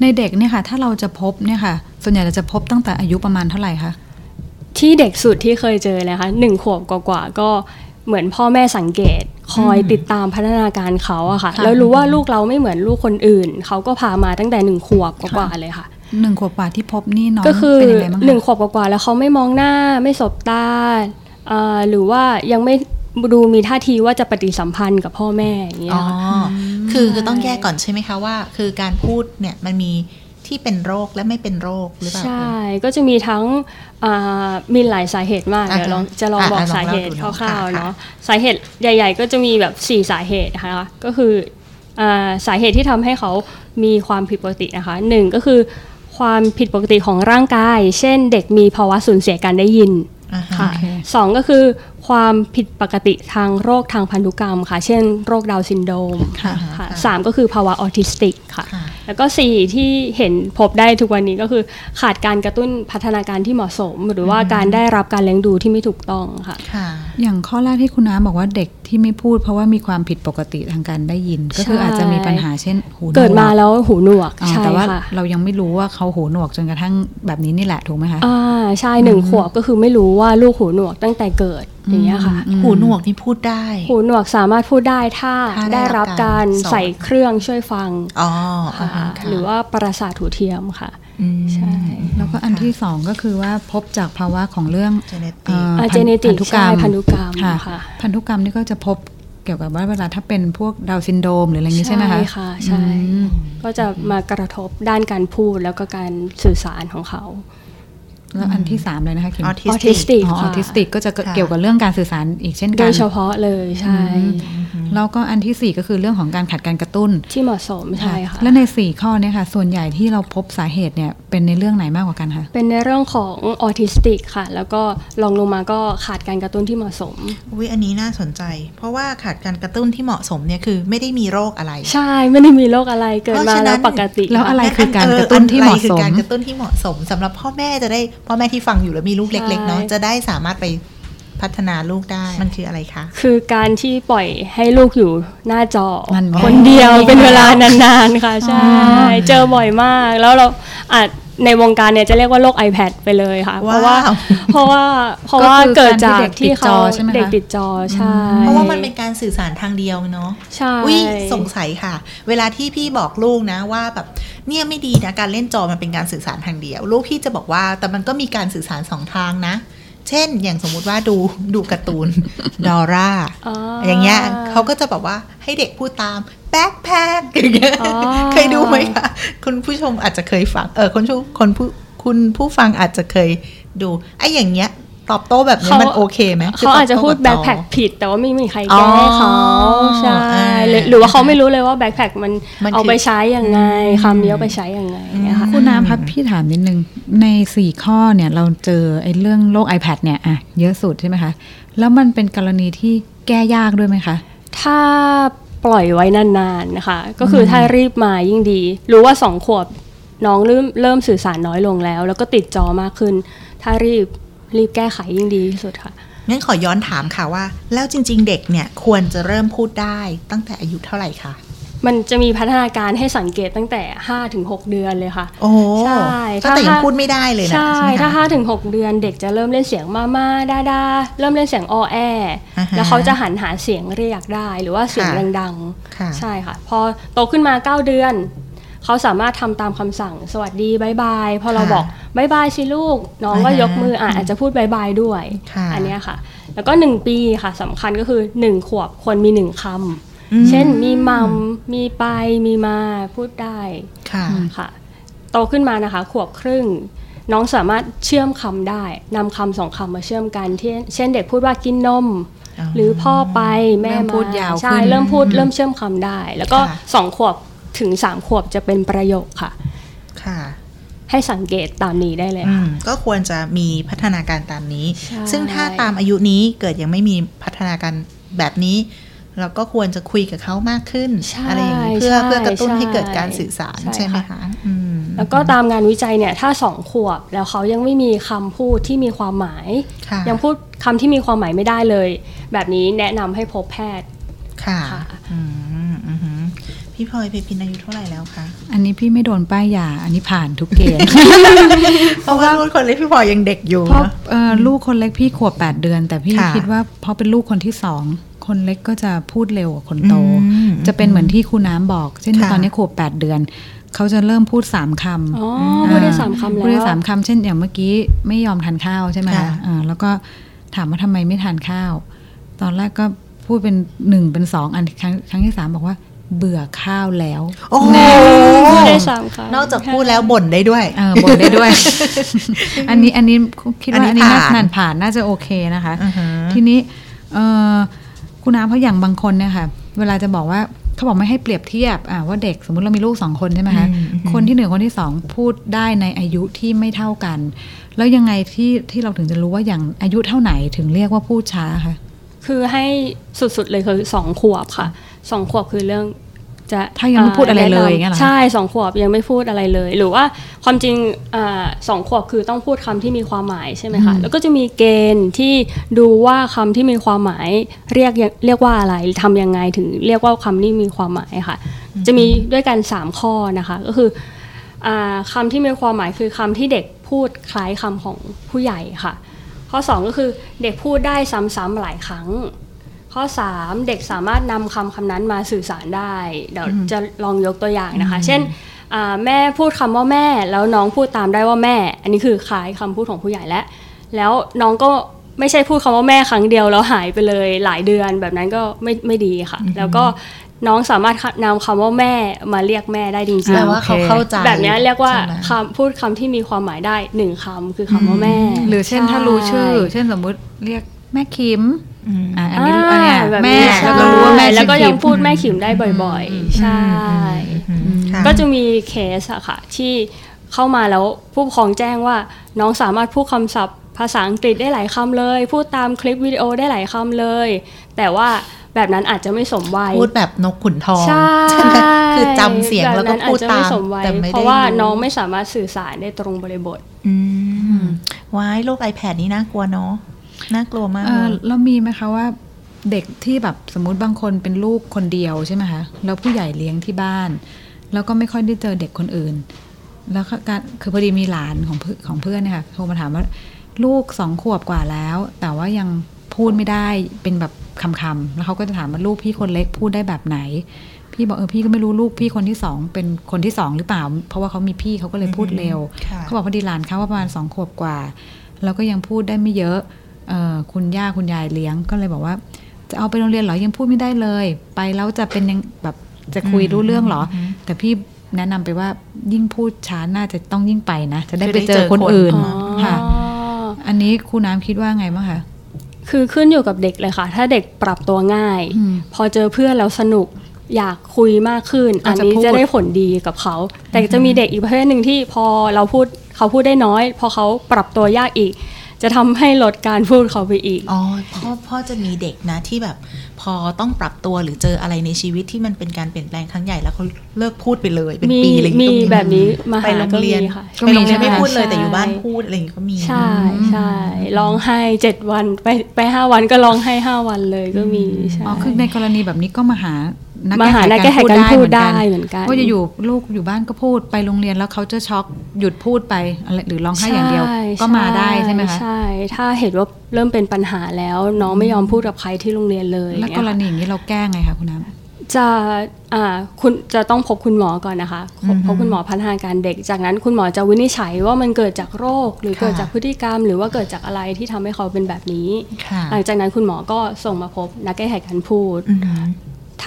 Speaker 3: ในเด็กเนี่ยค่ะ ถ้าเราจะพบเนี่ยค่ะ ส่วนใหญ่เราจะพบตั้งแต่อายุประมาณเท่าไหร่คะ
Speaker 2: ที่เด็กสุดที่เคยเจอนะคะหนึ่งขวบกว่าๆก็เหมือนพ่อแม่สังเกต คอยติดตามพัฒนาการเขาอะค่ะ
Speaker 3: ค่ะ
Speaker 2: แล้วรู้ว่าลูกเราไม่เหมือนลูกคนอื่น เขาก็พามาตั้งแต่หนึ่งขวบกว่าๆเลยค่ะ
Speaker 3: หนึ่งขวบกว่าที่พบนี่น้อง
Speaker 2: ก็คือ
Speaker 3: เป็นยังไงบ้าง
Speaker 2: หนึ่ง
Speaker 3: คะ
Speaker 2: ขวบกว่าๆแล้วเขาไม่มองหน้าไม่สบตาเอ่อหรือว่ายังไม่ดูมีท่าทีว่าจะปฏิสัมพันธ์กับพ่อแม่อย่างเงี้ย
Speaker 1: อ๋อ
Speaker 2: ค่ะ
Speaker 1: คือคือต้องแยกก่อนใช่ไหมคะว่า คือการพูดเนี่ยมันมีที่เป็นโรคและไม่เป็นโรคหรือเปล่า
Speaker 2: ใช่ ก็จะมีทั้งอ่ามีหลายสาเหตุมาก
Speaker 1: อ่ะ
Speaker 2: เดี๋ยวลอง
Speaker 1: ค่ะ
Speaker 2: จะลอง
Speaker 1: อ่ะ
Speaker 2: บอก
Speaker 1: อ่ะลอง
Speaker 2: สาเหตุ
Speaker 1: เล่าดู
Speaker 2: ค
Speaker 1: เนอะ
Speaker 2: ร่าว
Speaker 1: ค่ะค่ะ
Speaker 2: ๆเนาะสาเหตุใหญ่ ๆ ก็จะมีแบบ 4 สาเหตุนะคะก็คืออ่าสาเหตุที่ทำให้เขามีความผิดปกตินะคะหนึ่งก็คือความผิดปกติของร่างกาย เช่นเด็กมีภาวะสูญเสียการได้ยิน
Speaker 1: อ่าฮะ
Speaker 2: ค่ะสองก็คือความผิดปกติทางโรคทางพันธุกรรมค่ะ เช่นโรคดาวน์ซินโดรม
Speaker 3: ค่ะ
Speaker 2: ค่ะสามก็คือภาวะออทิสติกค่ะ
Speaker 1: ค่ะ
Speaker 2: แล้วก็สี่ที่เห็นพบได้ทุกวันนี้ก็คือขาดการกระตุ้นพัฒนาการที่เหมาะสม หรือว่าการได้รับการเลี้ยงดูที่ไม่ถูกต้องค่ะ
Speaker 1: ค่ะ
Speaker 3: อย่างข้อแรกที่คุณน้ำบอกว่าเด็กที่ไม่พูด เพราะว่ามีความผิดปกติทางการได้ยิน ก็คือ
Speaker 2: ใช่
Speaker 3: อาจจะมีปัญหาเช่นหูหนว
Speaker 2: เกิดมาแล้วหูหนวก
Speaker 3: อ๋อ
Speaker 2: ใช่
Speaker 3: แต่ว่า
Speaker 2: ค่ะ
Speaker 3: เรายังไม่รู้ว่าเขาหูหนวกจนกระทั่งแบบนี้นี่แหละถูกไหมคะ
Speaker 2: อ่าใช่หนึ่งขวบก็คือไม่รู้ว่าลูกหูหนวกตั้งแต่เกิดอย่างเงี้ยค่ะ
Speaker 3: อืม
Speaker 1: หูหนวกนี่พูดได้
Speaker 2: หูหนวกสามารถพูดได้ถ้า
Speaker 1: ถ้าได้
Speaker 2: ได้
Speaker 1: รั
Speaker 2: รั
Speaker 1: บบ กา
Speaker 2: การ
Speaker 1: ส
Speaker 2: ร
Speaker 1: อน
Speaker 2: ใส่เครื่องช่วยฟัง
Speaker 1: อ๋อ
Speaker 2: ค่ะ
Speaker 1: อ่าฮะ
Speaker 2: หรือว่าประสาทหูเทียมค่ะ
Speaker 1: ม
Speaker 2: ใช่
Speaker 3: แล้วก็อันที่สองก็คือว่าพบจากภาวะของเรื่อง
Speaker 1: Genetic
Speaker 3: เอ่อ
Speaker 2: อ่า
Speaker 3: พัน
Speaker 2: genetic
Speaker 3: พันธุกรรม
Speaker 2: ใช่พันธุกรรม
Speaker 3: ค่ะ
Speaker 2: ค่ะ
Speaker 3: พันธุกรรมนี่ก็จะพบเกี่ยวกับว่าเวลาถ้าเป็นพวกดาวน์ซินโดรมหรืออะไรอย่างนี้ใช่ไหมคะ
Speaker 2: ค่ะใช่
Speaker 3: อืม
Speaker 2: ก็จะมากระทบด้านการพูดแล้วก็การสื่อสารของเขา
Speaker 3: แล้วอันที่สามเลยนะคะคิม
Speaker 2: ออ
Speaker 1: Autistic
Speaker 2: ทิสติก
Speaker 3: อ๋อออ
Speaker 2: ค่ะ
Speaker 3: ทิสติกก็จะ
Speaker 1: ค่ะ
Speaker 3: เกี่ยวกับเรื่องการสื่อสารอีกเช่น
Speaker 2: โด
Speaker 3: กัน
Speaker 2: ยเฉพาะเลยใช่
Speaker 3: อืมแล้วก็อันที่สี่ก็คือเรื่องของการขาดการกระตุ้น
Speaker 2: ที่เหมาะสมใช่ค่ะ
Speaker 3: และในสี่ข้อเนี่ยค่ะ ส่วนใหญ่ที่เราพบสาเหตุเนี่ยเป็นในเรื่องไหนมากกว่ากันคะ
Speaker 2: เป็นในเรื่องของออทิสติกค่ะ แล้วก็ลองลงมาก็ขาดการกระตุ้นที่เหมาะสม
Speaker 1: อุ๊ยอันนี้น่าสนใจ เพราะว่าขาดการกระตุ้นที่เหมาะสมเนี่ยคือไม่ได้มีโรคอะไร
Speaker 2: ใช่ไม่ได้มีโรคอะไรเกิด
Speaker 1: เพ
Speaker 2: มา
Speaker 1: ราะฉะนั้น
Speaker 2: แล้วปกติ
Speaker 3: แล้วอะไร
Speaker 1: งั้
Speaker 3: คือการ
Speaker 1: เ
Speaker 3: กระตุ้นที่เหมาะ
Speaker 1: อะไรคื
Speaker 3: ส
Speaker 1: อ
Speaker 3: ม
Speaker 1: การกระตุ้นที่เหมาะสมสำหรับพ่อแม่จะได้พ่อแม่ที่ฟังอยู่แล้วมีลูกเล็กๆเนาะจะได้สามารถไปพัฒนาลูกได้มันคืออะไรคะ
Speaker 2: คือการที่ปล่อยให้ลูกอยู่หน้าจอ
Speaker 3: นั่นไง
Speaker 2: คนเดียวเป็นเวลานานๆ ค่ะใช่เจอบ่อยมาก แล้วเราอาจในวงการเนี่ยจะเรียกว่าโรค iPad ไปเลยค่ะ เพราะว่า
Speaker 1: ว้าว
Speaker 2: เพราะว่าเพราะว่า
Speaker 3: ก็คือ
Speaker 2: เกิดจาก
Speaker 3: การ
Speaker 2: ที่
Speaker 3: ที่เด็กติดจ
Speaker 2: เขา
Speaker 3: อใช่ไหมคะ
Speaker 2: เด็กติดจอใช่
Speaker 1: เพราะว่ามันเป็นการสื่อสารทางเดียวเนาะ
Speaker 2: ใช่
Speaker 1: อุ้ยสงสัยค่ะ เวลาที่พี่บอกลูกนะว่าแบบเนี่ยไม่ดีนะการเล่นจอมันเป็นการสื่อสารทางเดียว ลูกพี่จะบอกว่าแต่มันก็มีการสื่อสารสองทางนะ เช่น อย่างสมมุติว่าดูดูการ์ตูนดอร่า อย่างเงี้ยเขาก็จะแบบว่าให้เด็กพูดตามแป๊กแพกอย่างเงี้ย
Speaker 2: อ๋อ
Speaker 1: เคยดูไหมคะคุณผู้ชมอาจจะเคยฟังเออคนผู้คนผู้คุณผู้ฟังอาจจะเคยดูไอ้อย่างเงี้ย ตอบโต้แบบนี้
Speaker 2: เขามั
Speaker 1: มันโอเคไหมคื
Speaker 2: เขาอาจจะพูด
Speaker 1: ต
Speaker 2: แบ็
Speaker 1: บ
Speaker 2: ค
Speaker 1: โต้
Speaker 2: แพ็
Speaker 1: บ
Speaker 2: คผิดแต่ว่าไม่มีใครแก้ให้เขา
Speaker 1: อ๋อ
Speaker 2: ใช่
Speaker 1: อ่า
Speaker 2: หรือหรือว่าเขาไม่รู้เลยว่าแบ็คแพ็คมัน
Speaker 1: มัน
Speaker 2: เอาไป
Speaker 1: คือ
Speaker 2: ใช้ยังไงคำนี้เอาไป
Speaker 1: อืม
Speaker 2: ใช้ยังไงอย่างเงี้ยค่ะ
Speaker 3: คุณน้ำครับพี่ถามนิดนึงในสี่ข้อเนี่ยเราเจอไอ้เรื่องโรค iPad เนี่ยอะเยอะสุดใช่ไหมคะแล้วมันเป็นกรณีที่แก้ยากด้วยไหมคะ
Speaker 2: ถ้าปล่อยไว้นานๆนะคะ ก็คือถ้ารีบมายิ่งดี รู้ว่าสองขวบน้องเริ่มเริ่มสื่อสารน้อยลงแล้ว แล้วก็ติดจอมากขึ้น ถ้ารีบรีบแก้ไขยิ่งดีที่สุดค่ะ
Speaker 1: งั้นขอย้อนถามค่ะว่า แล้วจริง ๆ เด็กเนี่ยควรจะเริ่มพูดได้ตั้งแต่อายุเท่าไหร่คะ
Speaker 2: มันจะมีพัฒนาการให้สังเกตตั้งแต่ 5-6 เดือนเลยค่ะ
Speaker 1: โอ้โห
Speaker 2: ใช่
Speaker 1: ตั้งแต่
Speaker 2: ถ้า
Speaker 1: ยังพูดไม่ได้เลยนะ
Speaker 2: ใช่
Speaker 1: ไหมคะ
Speaker 2: ถ้าห้าถึงหกเดือนเด็กจะเริ่มเล่นเสียงมาม่าดาดาเริ่มเล่นเสียงออแอ
Speaker 1: อ่าฮะ
Speaker 2: แล้วเขาจะหันหาเสียงเรียกได้หรือว่าเสียง
Speaker 1: ค่ะ
Speaker 2: ดัง
Speaker 1: ค่ะ
Speaker 2: ๆ ใช่ค่ะ พอโตขึ้นมา 9 เดือน เขาสามารถทำตามคำสั่งสวัสดีบายบายพอเราบอกบายบายสิลูก น้องก็ยกมืออ่ะอาจจะพูดบายบายด้วย
Speaker 1: ค่ะ
Speaker 2: อันเนี้ยค่ะ แล้วก็ 1 ปีค่ะสำคัญก็คือ 1 ขวบควรมี 1คำ
Speaker 1: อืม
Speaker 2: เช่นมีมัมมีไปมีมาพูดได้
Speaker 1: ค่ะ
Speaker 2: ค่ะโตขึ้นมานะคะ ขวบครึ่ง น้องสามารถเชื่อมคำได้นำคำสองคำมาเชื่อมกันที่เช่นเด็กพูดว่ากินนม
Speaker 1: อ๋อ
Speaker 2: หรือพ่อไปแม่
Speaker 3: เริ่ม
Speaker 2: มา
Speaker 3: พูดยาว
Speaker 2: ใช่
Speaker 3: ขึ้น
Speaker 2: เริ่มพูดเริ่มเชื่อมคำได้ แล้วก็
Speaker 1: ค่ะ
Speaker 2: สองขวบถึงสามขวบจะเป็นประโยคค่ะ
Speaker 1: ค่ะ
Speaker 2: ให้สังเกตตามนี้ได้เลย
Speaker 1: อื
Speaker 2: ค่ะ
Speaker 1: มก็ควรจะมีพัฒนาการตามนี้
Speaker 2: ใช่
Speaker 1: ซึ่งถ้าตามอายุนี้เกิดยังไม่มีพัฒนาการแบบนี้ เราก็ควรจะคุยกับเขามากขึ้น
Speaker 2: ใช่
Speaker 1: อะไรอย่างนี้เพื่อ
Speaker 2: ใช่
Speaker 1: เพื่อกระตุ้นให้เกิดการสื่อสาร
Speaker 2: ใช่
Speaker 1: ใช่ไหม
Speaker 2: ค่ะ
Speaker 1: คะอืม
Speaker 2: แล้วก็ตามงานวิจัยเนี่ยถ้าสองขวบแล้วเขายังไม่มีคำพูดที่มีความหมาย
Speaker 1: ค่ะ
Speaker 2: ยังพูดคำที่มีความหมายไม่ได้เลย แบบนี้แนะนำให้พบแพทย์
Speaker 1: ค่ะ
Speaker 2: ค่ะ
Speaker 1: อืมอือหือพี่พลอยเพพินอายุเท่าไหร่แล้วคะ
Speaker 3: อันนี้พี่ไม่โดนป้ายยาอันนี้ผ่านทุกเก
Speaker 1: [LAUGHS]
Speaker 3: ณฑ์
Speaker 1: เพราะว่าคนเล็กพี่พลอยยังเด็กอยู่
Speaker 3: เพราะ
Speaker 1: เนอะ
Speaker 3: เอ่อลูกคนเล็กพี่ขวบแปดเดือน แต่พี่
Speaker 1: ค่ะ
Speaker 3: คิดว่าเพราะเป็นลูกคนที่สองคนเล็กก็จะพูดเร็วกว่าคนโต
Speaker 1: อืม
Speaker 3: จะเป็นเหมือนที่ครูน้ำบอก เช่น
Speaker 1: ค่ะ
Speaker 3: ตอนนี้ขวบแปดเดือน เขาจะเริ่มพูดสามคำ
Speaker 2: อ๋อพูดได้สามคำแล้ว
Speaker 3: พูดได้สามคำเช่นอย่างเมื่อกี้ไม่ยอมทานข้าวใช่ไหม
Speaker 1: ค่ะ
Speaker 3: คะอ่าแล้วก็ถามว่าทำไมไม่ทานข้าว ตอนแรกก็พูดเป็นหนึ่งเป็นสองอันครั้งครั้งที่สามบอกว่าเบื่อข้าวแล้ว
Speaker 1: โอ้โห
Speaker 3: แน่
Speaker 2: พูดได้สามคำ
Speaker 1: นอกจากพูดแล้วบ่นได้ด้วย
Speaker 3: เออบ่นได้
Speaker 2: [LAUGHS]
Speaker 3: ด้วย อันนี้อันนี้คิดว่า
Speaker 1: อั
Speaker 3: อั
Speaker 1: น
Speaker 3: น
Speaker 1: นี้
Speaker 3: นี้น่า
Speaker 1: ผ่าน
Speaker 3: ผ่านผ่านน่าจะโอเคนะคะ
Speaker 1: อือหือ
Speaker 3: ทีนี้เอ่อคุณน้าเพราะอย่างบางคนเนี่ยค่ะ เวลาจะบอกว่าเขาบอกไม่ให้เปรียบเทียบอ่ะว่าเด็กสมมุติเรามีลูกสองคนใช่ไหมคะ
Speaker 1: อืมอืม
Speaker 3: คนที่หนึ่งคนที่สองพูดได้ในอายุที่ไม่เท่ากัน แล้วยังไงที่ที่เราถึงจะรู้ว่าอย่างอายุเท่าไหนถึงเรียกว่าพูดช้าคะ
Speaker 2: คือให้สุดๆเลยคือสองขวบค่ะสองขวบคือเรื่องจะ
Speaker 3: ถ้ายังไม่พูดอะไรเลยอย่างเงี้ยเหรอคะ
Speaker 2: ใช่สองขวบยังไม่พูดอะไรเลย หรือว่าความจริงอ่าสองขวบคือต้องพูดคำที่มีความหมายใช่ไหมคะแล้วก็จะมีเกณฑ์ที่ดูว่าคำที่มีความหมายเรียกยังเรียกว่าอะไรทำยังไงถึงเรียกว่าคำนี้มีความหมายค่ะ จะมีด้วยกันสามข้อนะคะก็คือ อ่าคำที่มีความหมายคือคำที่เด็กพูดคล้ายคำของผู้ใหญ่ค่ะ ข้อ 2 ก็คือเด็กพูดได้ซ้ำๆหลายครั้ง ข้อ 3 เด็กสามารถนำคำคำนั้นมาสื่อสารได้ เดี๋ยวจะลองยกตัวอย่างนะคะ เช่นอ่าแม่พูดคำว่าแม่ แล้วน้องพูดตามได้ว่าแม่ อันนี้คือคล้ายคำพูดของผู้ใหญ่แล้ว แล้วน้องก็ไม่ใช่พูดคำว่าแม่ครั้งเดียวแล้วหายไปเลยหลายเดือนแบบนั้นก็ไม่ไม่ดีค่ะ แล้วก็น้องสามารถนำคำว่าแม่มาเรียกแม่ได้จริงๆ
Speaker 1: แปลว่าเขาเข้าใจ
Speaker 2: แบบเนี้ยเรียกว่า
Speaker 1: ใช่ไหม
Speaker 2: คำพูดคำที่มีความหมายได้หนึ่งคำคือคำว่าแม่
Speaker 3: หรือเช่น
Speaker 2: ใช่
Speaker 3: ถ้ารู้ชื่อ เช่นสมมุติเรียกแม่คิม
Speaker 1: อืม
Speaker 3: อ่ะอันนี้อัน
Speaker 2: อ่าบ
Speaker 3: เนี้ย
Speaker 2: บ
Speaker 3: แม่
Speaker 2: นี้
Speaker 3: แล้
Speaker 2: ใช่
Speaker 3: วก็รู้ว่าแม่
Speaker 2: แล้วก็
Speaker 3: ชื่อ
Speaker 2: ยั
Speaker 3: คิ
Speaker 2: ง
Speaker 3: ม
Speaker 2: พูดแม่ขิมได้บ่อยๆ ใช่
Speaker 1: อืมค่ะ
Speaker 2: ก็จะมีเคสอะค่ะ ที่เข้ามาแล้วผู้ปกครองแจ้งว่า น้องสามารถพูดคำศัพท์ภาษาอังกฤษได้หลายคำเลย พูดตามคลิปวิดีโอได้หลายคำเลย แต่ว่าแบบนั้นอาจจะไม่สมวัย
Speaker 1: พูดแบบนกขุนทอง
Speaker 2: ใช่
Speaker 1: ไหมคือจำเสียงแล้วก็พูดตาม
Speaker 2: แบบนั้นอจจะไสวัย
Speaker 1: แต่ไม่ได้
Speaker 2: เพราะว่าน้องไม่สามารถสื่อสารได้ตรงบริบท
Speaker 1: อืมว้ายโลก iPad นี่น่ากลัวเนาะน่ากลัวมาก
Speaker 3: เออแล้วมีไหมคะว่าเด็กที่แบบสมมุติบางคนเป็นลูกคนเดียวใช่ไหมคะแล้วผู้ใหญ่เลี้ยงที่บ้าน แล้วก็ไม่ค่อยได้เจอเด็กคนอื่น แล้วก็การคือพอดีมีหลานของเพื่อนของเพื่อนเนะคะโทรมาถามว่าลูกสองขวบกว่าแล้ว แต่ว่ายังพูดไม่ได้เป็นแบบคำๆแล้วเขาก็จะถามว่าลูกพี่คนเล็กพูดได้แบบไหน พี่บอกเออพี่ก็ไม่รู้ลูกพี่คนที่สองเป็นคนที่สองหรือเปล่า เพราะว่าเขามีพี่เขาก็เลยพูดเร็ว
Speaker 1: ค่ะ
Speaker 3: เขาบอกพอดีหลานเขาว่าประมาณสองขวบกว่า แล้วก็ยังพูดได้ไม่เยอะเอ่อคุณย่าคุณยายเลี้ยงก็เลยบอกว่า จะเอาไปโรงเรียนเหรอยังพูดไม่ได้เลย ไปแล้วจะเป็นยังแบบจะคุยรู้เรื่องเหรอ แต่พี่แนะนำไปว่ายิ่งพูดช้าน่าจะต้องยิ่งไปนะ จะได้ไปเจอคนอื่น
Speaker 2: อ๋อ
Speaker 3: ค่ะ อันนี้ครูน้ำคิดว่าไงบ้างคะ
Speaker 2: คือขึ้นอยู่กับเด็กเลยค่ะ ถ้าเด็กปรับตัวง่าย
Speaker 3: อืม
Speaker 2: พอเจอเพื่อนแล้วสนุกอยากคุยมากขึ้น อั
Speaker 3: อาน จจะ
Speaker 2: นี้
Speaker 3: พูด
Speaker 2: จะได้ผลดีกับเขา แต่จะมีเด็กอีกประเภทหนึ่งที่พอเราพูดเขาพูดได้น้อย พอเขาปรับตัวยากอีก จะทำให้ลดการพูดเขาไปอีก
Speaker 1: อ๋อพ่อพ่อจะมีเด็กนะที่แบบ พอต้องปรับตัวหรือเจออะไรในชีวิตที่มันเป็นการเปลี่ยนแปลงครั้งใหญ่แล้วเขาเลิกพูดไปเลยเป็น
Speaker 2: มี
Speaker 1: ปีอะไรอย่าง
Speaker 2: มี
Speaker 1: เงี้ยก็
Speaker 2: แบบนี้มา
Speaker 1: ไป
Speaker 2: หา
Speaker 1: โรง
Speaker 2: ก็มี
Speaker 1: เรียน
Speaker 2: ค่ะ
Speaker 1: ไปโรงเรียนไม่
Speaker 3: ก็มี
Speaker 1: พูดเลย
Speaker 2: ใช่
Speaker 1: แต่อยู่บ้านพูดอะไรอย่างเงี้ยก็มี
Speaker 2: ใช่ใช่ร้องไห้เจ็ดวันไปไปห้าวันก็ร้องไห้ห้าวันเลยก็มีใช่
Speaker 3: อ๋อคือในกรณีแบบนี้ก็มาหานัก
Speaker 2: มาหานักแก้
Speaker 3: แก้
Speaker 2: ไข
Speaker 3: ไข
Speaker 2: กา
Speaker 3: การ ร
Speaker 2: พู
Speaker 3: พู
Speaker 2: ด
Speaker 3: ด
Speaker 2: ได้
Speaker 3: ได้เหมือนกัน
Speaker 2: เหมือนกัน
Speaker 3: ว่าจะอยู่ลูกอยู่บ้านก็พูดไปโรงเรียนแล้วเขาจะช็อกหยุดพูดไปอะไรหรือร้องไห้อย่างเดียว
Speaker 2: ใช่
Speaker 3: ก็มาได้ใช่ไหมคะ
Speaker 2: ใช่ถ้าเห็นว่าเริ่มเป็นปัญหาแล้วน้องไม่ยอมพูดกับใครที่โรงเรียนเลย
Speaker 3: แล้วกรณีอย่างนี้เราแก้ไงคะคุณน้ำ
Speaker 2: จะอ่าคุณจะต้องพบคุณหมอก่อนนะคะพบพบคุณหมอพัฒนาการเด็ก จากนั้นคุณหมอจะวินิจฉัยว่ามันเกิดจากโรค หรือ
Speaker 1: ค่ะ
Speaker 2: เกิดจากพฤติกรรม หรือว่าเกิดจากอะไรที่ทำให้เขาเป็นแบบนี้
Speaker 1: ค่ะ
Speaker 2: หลังจากนั้นคุณหมอก็ส่งมาพบนักแก้ไขการพูด
Speaker 1: อือหือ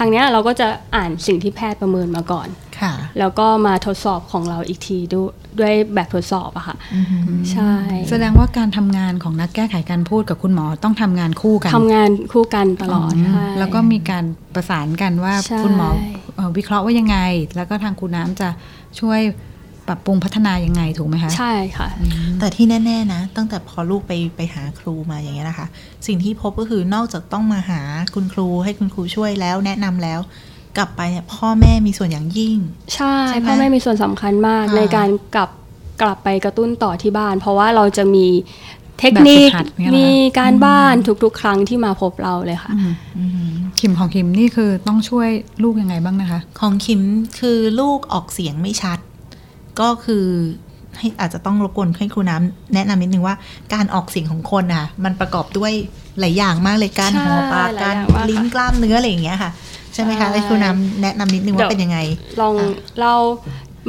Speaker 2: ทางเนี้ยเราก็จะอ่านสิ่งที่แพทย์ประเมินมาก่อน
Speaker 1: ค่ะ
Speaker 2: แล้วก็มาทดสอบของเราอีกทีด้วยด้วยแบบทดสอบอะค่ะ
Speaker 1: อือหือ
Speaker 2: ใช่
Speaker 3: แสดงว่าการทำงานของนักแก้ไขการพูดกับคุณหมอต้องทำงานคู่กัน
Speaker 2: ทำงานคู่กันตลอดใช่
Speaker 3: แล้วก็มีการประสานกันว่า
Speaker 2: ใช่
Speaker 3: คุณหมอเอ่อวิเคราะห์ว่ายังไง แล้วก็ทางคุณน้ำจะช่วยปรับปรุงพัฒนายังไงถูกไหมคะ
Speaker 2: ใช่ค่ะ
Speaker 1: แต่ที่แน่ๆนะ ตั้งแต่พอลูกไปไปหาครูมาอย่างเงี้ยนะคะ สิ่งที่พบก็คือนอกจากต้องมาหาคุณครูให้คุณครูช่วยแล้ว แนะนำแล้ว กลับไปเนี่ยพ่อแม่มีส่วนอย่างยิ่ง
Speaker 2: ใช่
Speaker 1: ใช่ไหม
Speaker 2: พ่อแม่มีส่วนสำคัญมาก
Speaker 1: ค่ะ
Speaker 2: ในการกลับกลับไปกระตุ้นต่อที่บ้าน เพราะว่าเราจะมีเทคนิค
Speaker 3: แบบฝึกหัดเนี่ยเหรอคะ
Speaker 2: มีการบ้านทุกๆ ครั้งที่มาพบเราเลยค่ะ
Speaker 3: อืม คิมของคิมนี่คือต้องช่วยลูกยังไงบ้างนะคะ
Speaker 1: ของคิมคือลูกออกเสียงไม่ชัด ก็คือให้อาจจะต้องรบกวนให้ครูน้ำแนะนำนิดนึงว่าการออกเสียงของคนน่ะ มันประกอบด้วยหลายอย่างมากเลยการ
Speaker 2: ใช่
Speaker 1: หัวปาก
Speaker 2: หลาย
Speaker 1: การ
Speaker 2: อย่างมาก
Speaker 1: ลิ้น
Speaker 2: ค่ะ
Speaker 1: กล้ามเนื้ออะไรอย่างเงี้ยค่ะ ใช่ไหม
Speaker 2: ใช่
Speaker 1: คะให้ครูน้ำแนะนำนิดนึง
Speaker 2: เดี๋
Speaker 1: ว่า
Speaker 2: ยว
Speaker 1: เป็นยังไง
Speaker 2: ลอง
Speaker 1: อ่ะ
Speaker 2: เรา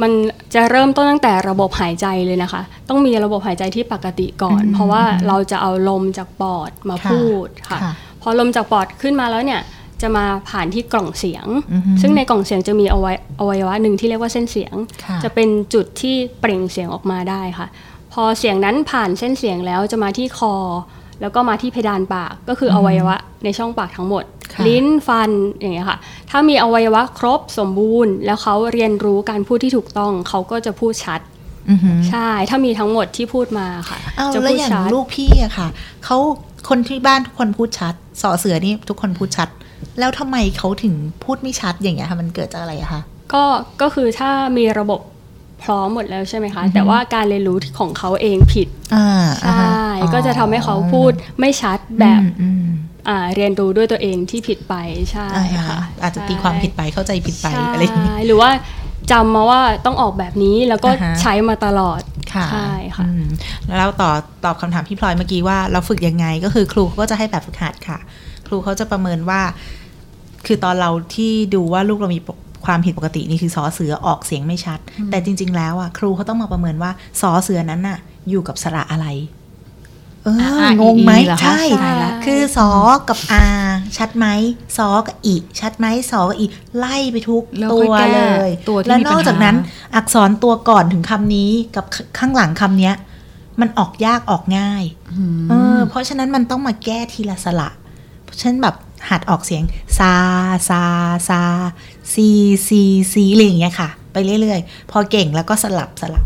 Speaker 2: มันจะเริ่มต้นตั้งแต่ระบบหายใจเลยนะคะ ต้องมีระบบหายใจที่ปกติก่อน
Speaker 3: อืม
Speaker 2: เพราะว่าเราจะเอาลมจากปอดมาพูดค่ะ พอลมจากปอดขึ้นมาแล้วเนี่ยจะมาผ่านที่กล่องเสียง
Speaker 1: อือฮึ
Speaker 2: ซึ่งในกล่องเสียงจะมีอวัยอวัยวะหนึ่งที่เรียกว่าเส้นเสียง
Speaker 1: ค่ะ
Speaker 2: จะเป็นจุดที่เปล่งเสียงออกมาได้ค่ะ พอเสียงนั้นผ่านเส้นเสียงแล้วจะมาที่คอ แล้วก็มาที่เพดานปากก็คืออวัยวะในช่องปากทั้งหมด
Speaker 1: ค่ะ
Speaker 2: ลิ้นฟันอย่างเงี้ยค่ะ ถ้ามีอวัยวะครบสมบูรณ์ แล้วเขาเรียนรู้การพูดที่ถูกต้องเขาก็จะพูดชัด
Speaker 1: อือหือ
Speaker 2: ใช่ ถ้ามีทั้งหมดที่พูดมาค่ะ
Speaker 1: เอา
Speaker 2: จะ
Speaker 1: แล้ว
Speaker 2: พูด
Speaker 1: อย่าง
Speaker 2: ชัด
Speaker 1: ลูกพี่อะค่ะเขาคนที่บ้านทุกคนพูดชัดสอเสือนี่ทุกคนพูดชัด แล้วทำไมเขาถึงพูดไม่ชัดอย่างเงี้ยค่ะมันเกิดจากอะไรอะคะ
Speaker 2: ก็ก็คือถ้ามีระบบพร้อมหมดแล้วใช่ไหมคะ
Speaker 1: อือฮึ
Speaker 2: แต่ว่าการเรียนรู้ของเขาเองผิด
Speaker 1: อ่า
Speaker 2: ใช่ก็จะทำให้เขาพูดไม่ชัดแบบ
Speaker 1: อืม
Speaker 2: อ่าเรียนรู้ด้วยตัวเองที่ผิดไปใช่
Speaker 1: อืมอ่า
Speaker 2: ค่ะ
Speaker 1: อาจจะตีความผิดไปเข้าใจผิดไปอะไรอย่างงี้
Speaker 2: ใช่หรือว่าจำมาว่าต้องออกแบบนี้แล้วก็
Speaker 1: อ่าฮะ
Speaker 2: ใช้มาตลอด
Speaker 1: ค่ะ
Speaker 2: ใช่ค่ะ
Speaker 1: อืมแล้วต่อตอบคำถามพี่พลอยเมื่อกี้ว่าเราฝึกยังไงก็คือครูเขาก็จะให้แบบฝึกหัดค่ะ ครูเขาจะประเมินว่า คือตอนเราที่ดูว่าลูกเรามีความผิดปกตินี่คือสอเสือออกเสียงไม่ชัด แต่จริง ๆ แล้วอ่ะครูเขาต้องมาประเมินว่าสอเสือนั้นน่ะ อยู่กับสระอะไร เออ
Speaker 3: อ่ะ
Speaker 1: งงไหม
Speaker 3: อีอีเหรอคะ
Speaker 1: ใช่
Speaker 2: ใช่
Speaker 1: คือสอกับอาชัดไหมสอกับอีชัดไหมสอกับอีไล่ไปทุก
Speaker 3: แล้ว
Speaker 1: ตั
Speaker 3: ค่อยวแก้
Speaker 1: เลย
Speaker 3: ตัวที่
Speaker 1: แล้ว
Speaker 3: มี
Speaker 1: น
Speaker 3: ปัญหา
Speaker 1: อกจากนั้นอักษรตัวก่อนถึงคำนี้กับขข้างหลังคำเนี้ย มันออกยากออกง่าย
Speaker 3: อืม
Speaker 1: เออเพราะฉะนั้นมันต้องมาแก้ทีละสระเพราะฉะนั้นแบบหัดออกเสียงซาซาซาซีซีซีอะไรอย่างเงี้ยค่ะ ไปเรื่อยๆ พอเก่งแล้วก็สลับสลับ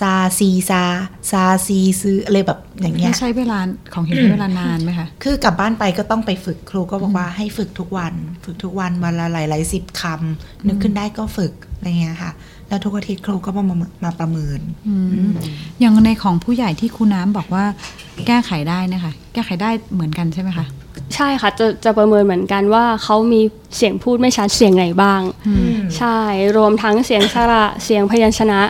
Speaker 1: ซาซีซาซาซีซืออะไรแบบอย่างเงี้ย
Speaker 3: แล้วใช้เวลาของเห็นใช้เวลานานไหมคะ
Speaker 1: คือกลับบ้านไปก็ต้องไปฝึกครูก็บอกว่าให้ฝึกทุกวัน ฝึกทุกวันวันละหลายหลายๆสิบคำนึกขึ้นได้ก็ฝึกอะไรเงี้ยค่ะ แล้วทุกอาทิตย์ครูก็มามามาประเมิน
Speaker 3: อืม อย่างในของผู้ใหญ่ที่ครูน้ำบอกว่าแก้ไขได้นะคะ แก้ไขได้เหมือนกันใช่ไหมคะ
Speaker 2: ใช่ค่ะจะจะประเมินเหมือนกันว่าเขามีเสียงพูดไม่ชัดเสียงไหนบ้าง
Speaker 3: อืม
Speaker 2: ใช่รวมทั้งเสียงสระ [COUGHS] เสียงพยัญชนะ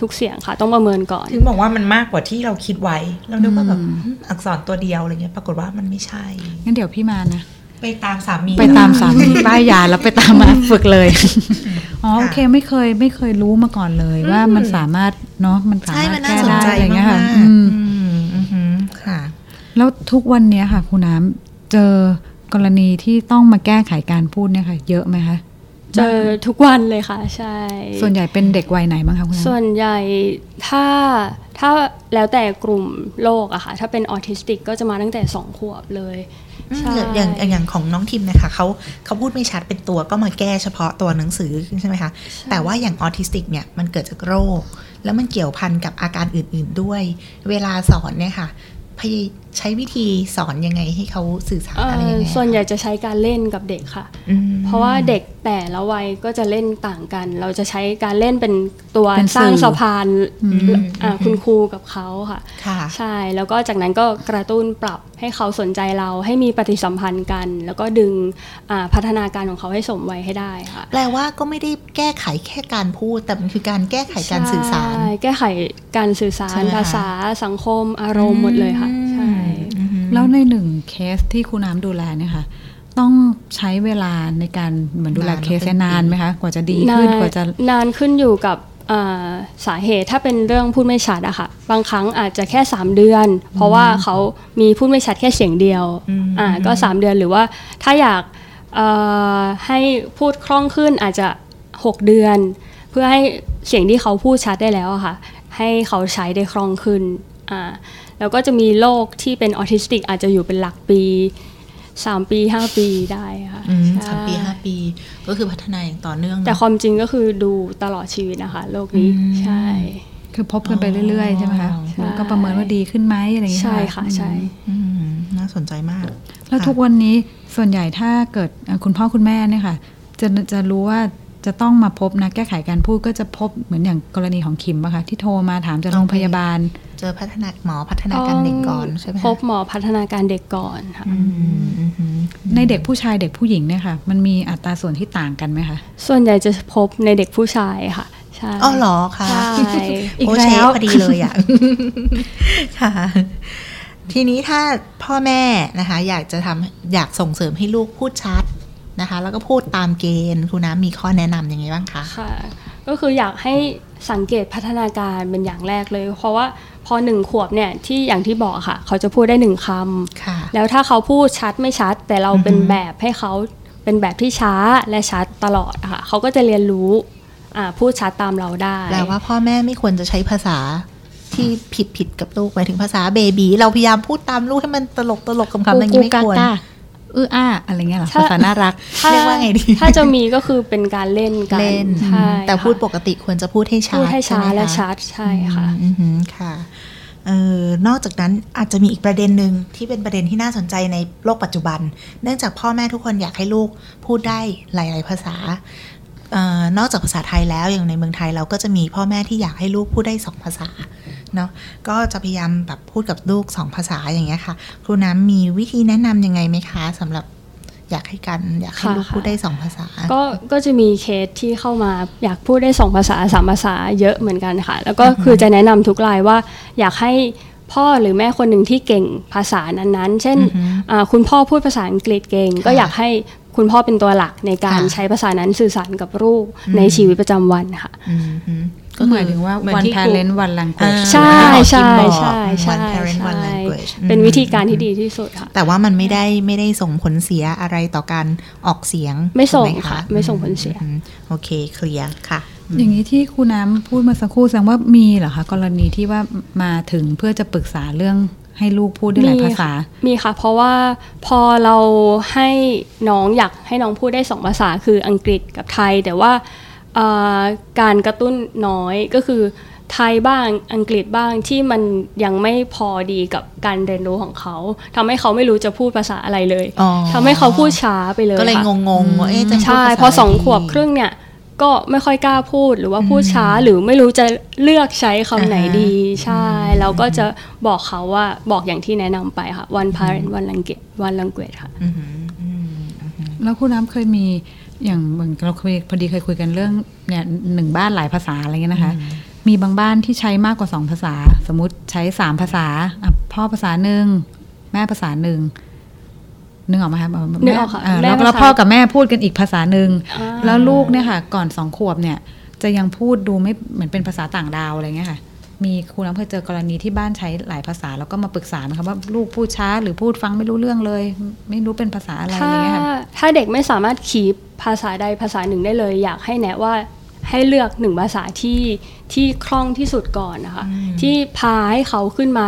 Speaker 2: ทุกเสียงค่ะ ต้องประเมินก่อน
Speaker 1: ถึงบอกว่ามันมากกว่าที่เราคิดไว้เรานึกว่าแบบ
Speaker 3: อืม
Speaker 1: อืมอักษรตัวเดียวอะไรเงี้ย ปรากฏว่ามันไม่ใช่
Speaker 3: งั้นเดี๋ยวพี่มานะ
Speaker 1: ไปตามสามี
Speaker 3: ไปตามสามี ป้ายยาแล้วไปตามมาฝึกเลย อ๋อ
Speaker 1: ค่ะ
Speaker 3: โอเคไม่เคยไม่เคยรู้มาก่อนเลย ว่ามันสามารถเนาะมันสา
Speaker 1: ใช่
Speaker 3: มาร
Speaker 1: มั
Speaker 3: ถ
Speaker 1: นน่าสน
Speaker 3: แก้ได้
Speaker 1: ใจ
Speaker 3: อะไรเงี้ย
Speaker 1: มากๆ
Speaker 3: ค่ะอืม
Speaker 1: อืมอือหือค่ะ
Speaker 3: แล้วทุกวันเนี้ยค่ะครูน้ำเจอกรณีที่ต้องมาแก้ไขการพูดเนี่ยค่ะ เยอะไหมคะ
Speaker 2: เจอทุกวันเลยค่ะ ใช่
Speaker 3: ส่วนใหญ่เป็นเด็กวัยไหนบ้างคะคุณน้ำ
Speaker 2: ส่วนใหญ่ถ้าถ้าแล้วแต่กลุ่มโรคอะค่ะ ถ้าเป็นออทิสติกก็จะมาตั้งแต่สองขวบเลย
Speaker 1: อืม
Speaker 2: ใช่
Speaker 1: อย่างอย่างอย่างของน้องทิมนะคะเขาเขาพูดไม่ชัดเป็นตัวก็มาแก้เฉพาะตัวหนังสือใช่ไหมคะ แต่ว่าอย่างออทิสติกเนี่ยมันเกิดจากโรค แล้วมันเกี่ยวพันกับอาการอื่นๆด้วย เวลาสอนเนี่ยค่ะพยใช้วิธีสอนยังไงให้เขาสื่อสาร
Speaker 2: เอ่
Speaker 1: อะไรยัง
Speaker 2: อ
Speaker 1: ไง
Speaker 2: ส่วนใหญ่จะใช้การเล่นกับเด็กค่ะ
Speaker 1: อืม
Speaker 2: เพราะว่าเด็กแต่ละวัยก็จะเล่นต่างกัน เราจะใช้การเล่นเป็นตัว
Speaker 3: เป็นสื่อ
Speaker 2: สร้างสะพาน
Speaker 3: อืม
Speaker 2: อ่า
Speaker 1: อืม
Speaker 2: คุณครูกับเขาค่ะ
Speaker 1: ค่ะ
Speaker 2: ใช่ แล้วก็จากนั้นก็กระตุ้นปรับให้เขาสนใจเราให้มีปฏิสัมพันธ์กัน แล้วก็ดึงอ่าพัฒนาการของเขาให้สมวัยให้ได้ค่ะ
Speaker 1: แปลว่าก็ไม่ได้แก้ไขแค่การพูด แต่มันคือการแก้ไขการสื่อสาร
Speaker 2: ใช่แก้ไขการสื่อสา
Speaker 1: ใช่
Speaker 2: ร
Speaker 1: ไหมคะ
Speaker 2: ภาษาสังคม อารมณ์หมดเลยค่ะ ใช่
Speaker 1: อืม
Speaker 3: แล้วในหนึ่งเคสที่ครูน้ำดูแลเนี่ยค่ะ ต้องใช้เวลาในการเหมือนดูแล
Speaker 1: นาน
Speaker 3: เคส
Speaker 1: เป็นปี
Speaker 3: นานไหมคะ กว่าจะดีขึ้น
Speaker 2: นาน
Speaker 3: กว่าจะ
Speaker 2: นานขึ้นอยู่กับอ่าสาเหตุถ้าเป็นเรื่องพูดไม่ชัดอะค่ะ บางครั้งอาจจะแค่ 3 เดือน เพราะว่าเขามีพูดไม่ชัดแค่เสียงเดียว
Speaker 1: อืม
Speaker 2: อ่าก็ 3 เดือนหรือว่าถ้าอยากเอ่อให้พูดคล่องขึ้นอาจจะ 6 เดือน เพื่อให้เสียงที่เขาพูดชัดได้แล้วอะค่ะ ให้เขาใช้ได้คล่องขึ้นอ่าแล้วก็จะมีโรคที่เป็นออทิสติกอาจจะอยู่เป็นหลักปีสามปีห้าปีได้ค่ะ
Speaker 1: อืม
Speaker 2: ใช่
Speaker 1: สามปีห้าปี ก็คือพัฒนาอย่างต่อเนื่องเนอะ
Speaker 2: แต่ความจริงก็คือดูตลอดชีวิตนะคะโลกนี้
Speaker 1: อืม
Speaker 2: ใช่
Speaker 3: คือพบกันไปเรื่อย ๆ ใช่ไหมคะ
Speaker 1: อ๋อ
Speaker 3: แล้วก็ประเมินว่าดีขึ้นไหมอะไรอย่างเงี้ย
Speaker 2: ใช่ค่ะใช่
Speaker 1: อืมน่าสนใจมาก
Speaker 3: แล้วทุกวันนี้ส่วนใหญ่ถ้าเกิดเอ่อคุณพ่อคุณแม่เนี่ยค่ะ จะจะรู้ว่าจะต้องมาพบนะแก้ไขการพูดก็จะพบเหมือนอย่างกรณีของคิมปะคะที่โทรมาถามจากโรงพยาบาล
Speaker 1: เจอพัฒนาหมอพัฒนาการเด็กก่อนใช่ไหม
Speaker 2: พบหมอพัฒนาการเด็กก่อนค่ะ
Speaker 1: อืมอืมอืม
Speaker 3: ในเด็กผู้ชายเด็กผู้หญิงเนี่ยค่ะ มันมีอัตราส่วนที่ต่างกันไหมคะ
Speaker 2: ส่วนใหญ่จะพบในเด็กผู้ชายค่ะ ใช่
Speaker 1: อ๋อเหรอคะ
Speaker 2: ใช่
Speaker 3: อีก
Speaker 1: โอ้
Speaker 3: แล้ว
Speaker 1: เชฟพอดีเลย
Speaker 2: [LAUGHS]
Speaker 1: อ่ะ ค่ะ ทีนี้ถ้าพ่อแม่นะคะ อยากจะทำอยากส่งเสริมให้ลูกพูดชัดนะคะ แล้วก็พูดตามเกณฑ์ครูน้ำมีข้อแนะนำยังไงบ้างคะ
Speaker 2: ค่ะก็คืออยากให้สังเกตพัฒนาการเป็นอย่างแรกเลย เพราะว่าพอหนึ่งขวบเนี่ยที่อย่างที่บอกค่ะ เขาจะพูดได้หนึ่งค
Speaker 1: ค่ะ
Speaker 2: ำแล้วถ้าเขาพูดชัดไม่ชัด แต่เรา
Speaker 1: อือฮึ
Speaker 2: เป็นแบบให้เขาเป็นแบบที่ช้าและชัดตลอดค่ะ เขาก็จะเรียนรู้อ่าพูดชัดตามเราได้
Speaker 1: แปลว่าพ่อแม่ไม่ควรจะใช้ภาษาที่ผิดผิดๆกับลูกหมายถึงภาษาเบบีเราพยายามพูดตามลูกให้มันตลกตลกๆคำๆอย่างนี้ไม่ควร
Speaker 3: กาอื้ออ้าอะไรเงี้ยเหรอภาษาน่ารัก
Speaker 2: ถ้
Speaker 1: เรียกว่าไงดี
Speaker 2: ถ้าจะมีก็คือเป็นการเล่นกัน
Speaker 1: เล่น
Speaker 2: ใช่
Speaker 1: แต่พูด
Speaker 2: ค่ะ
Speaker 1: ปกติควรจะพูดให้ช้า
Speaker 2: พูดให้
Speaker 1: ช่
Speaker 2: ช้า
Speaker 1: ไม
Speaker 2: และ
Speaker 1: ค
Speaker 2: ชัดใช่ค่ะ
Speaker 1: อืมอืมค่ะเออนอกจากนั้นอาจจะมีอีกประเด็นหนึ่งที่เป็นประเด็นที่น่าสนใจในโลกปัจจุบัน เนื่องจากพ่อแม่ทุกคนอยากให้ลูกพูดได้หลาย ๆ ภาษาเออนอกจากภาษาไทยแล้วอย่างในเมืองไทยเราก็จะมีพ่อแม่ที่อยากให้ลูกพูดได้สองภาษาเนาะก็จะพยายามแบบพูดกับลูกสองภาษาอย่างเงี้ยค่ะ ครูน้ำมีวิธีแนะนำยังไงไหมคะสำหรับอยากให้กันอยากให้ลูกพูดได้สองภาษา
Speaker 2: ก็ก็จะมีเคสที่เข้ามาอยากพูดได้สองภาษาสามภาษาเยอะเหมือนกันค่ะ แล้วก็คือจะแนะนำทุกรายว่าอยากให้พ่อหรือแม่คนหนึ่งที่เก่งภาษานั้นๆ เช่น
Speaker 1: อือฮึ
Speaker 2: อ่าคุณพ่อพูดภาษาอังกฤษเก่ง ก็อยากให้คุณพ่อเป็นตัวหลักในการ
Speaker 1: ค่ะ
Speaker 2: ใช้ภาษานั้นสื่อสารกับลูก
Speaker 1: อืม
Speaker 2: ในชีวิตประจำวันค่ะ
Speaker 1: อืมฮึ
Speaker 3: ก็หมายถึงว่า
Speaker 1: เหมือ
Speaker 3: วัน
Speaker 1: ที่
Speaker 3: พา
Speaker 1: ครู
Speaker 3: เลนวันลังเกจ
Speaker 2: ใช่ใช่
Speaker 1: บอก
Speaker 2: ใช่ใช่
Speaker 1: วัน parent
Speaker 2: ใช่
Speaker 1: one language
Speaker 2: เป็นวิธีการที่ดีที่สุดค่ะ
Speaker 1: แต่ว่ามันไม่ได้ไม่ได้ส่งผลเสียอะไรต่อการออกเสียง
Speaker 2: ไม่ส่ง
Speaker 1: ถูกห
Speaker 2: ค่ะไม่ส่งผลเสีย
Speaker 1: อืมโอเคเคลียร์ค่ะอืม
Speaker 3: อย่างนี้ที่ครูน้ำพูดเมาสักครู่แสดงว่ามีเหรอคะกรณีที่ว่ามาถึงเพื่อจะปรึกษาเรื่องให้ลูกพูดได้หลายภาษา
Speaker 2: มีค่ะ เพราะว่าพอเราให้น้องอยากให้น้องพูดได้สองภาษาคืออังกฤษกับไทย แต่ว่าเอ่อการกระตุ้นน้อยก็คือไทยบ้างอังกฤษบ้างที่มันยังไม่พอดีกับการเรียนรู้ของเขาทำให้เขาไม่รู้จะพูดภาษาอะไรเลย
Speaker 1: อ๋อ
Speaker 2: ทำให้เขาพูดช้าไปเลย
Speaker 1: ก็เลย
Speaker 2: ค่ะ
Speaker 1: งงงๆว่าเอ๊ะจะพูด
Speaker 2: ใช่
Speaker 1: ภาษา
Speaker 2: พอสอง
Speaker 1: ะไดี
Speaker 2: ขวบครึ่งเนี่ยก็ไม่ค่อยกล้าพูดหรือว่าพูด
Speaker 1: อืม
Speaker 2: ช้าหรือไม่รู้จะเลือกใช้คำไหนดี
Speaker 1: อ่าฮะ
Speaker 2: ใช่
Speaker 1: อืม
Speaker 2: แล้วก็จะบอกเขาว่าบอกอย่างที่แนะนำไปค่ะ one parent one language one language ค่ะ
Speaker 1: อืมฮึอืมอืม
Speaker 3: แล้วครูน้ำเคยมีอย่างเหมือนเราเคยพอดีเคยคุยกันเรื่องเนี่ยหนึ่งบ้านหลายภาษาอะไรเงี้ยนะคะ มีบางบ้านที่ใช้มากกว่าสองภาษา สมมติใช้สามภาษาอ่ะพ่อภาษาหนึ่งแม่ภาษาหนึ่งนึกออกไหมคะแบบ
Speaker 2: นึกออกค่ะ
Speaker 3: า
Speaker 2: แม่ภาษา
Speaker 3: แล้วแล้วพ่อกับแม่พูดกันอีกภาษาหนึ่ง
Speaker 2: อ่า
Speaker 3: แล้วลูกเนี่ยค่ะ ก่อนสองขวบเนี่ย จะยังพูดดูไม่เหมือนเป็นภาษาต่างดาวอะไรเงี้ยค่ะ มีครูน้ำเคยเจอกรณีที่บ้านใช้หลายภาษาแล้วก็มาปรึกษาไหมคะว่าลูกพูดช้าหรือพูดฟังไม่รู้เรื่องเลย ไม่รู้เป็นภาษาอะไรอะ
Speaker 2: ถ้า
Speaker 3: ไรเงี้ยค่ะ
Speaker 2: ถ้าเด็กไม่สามารถขีปภาษาใดภาษาหนึ่งได้เลย อยากให้แนะว่าให้เลือกหนึ่งภาษาที่ที่คล่องที่สุดก่อนนะคะ ที่พาให้เขาขึ้นมา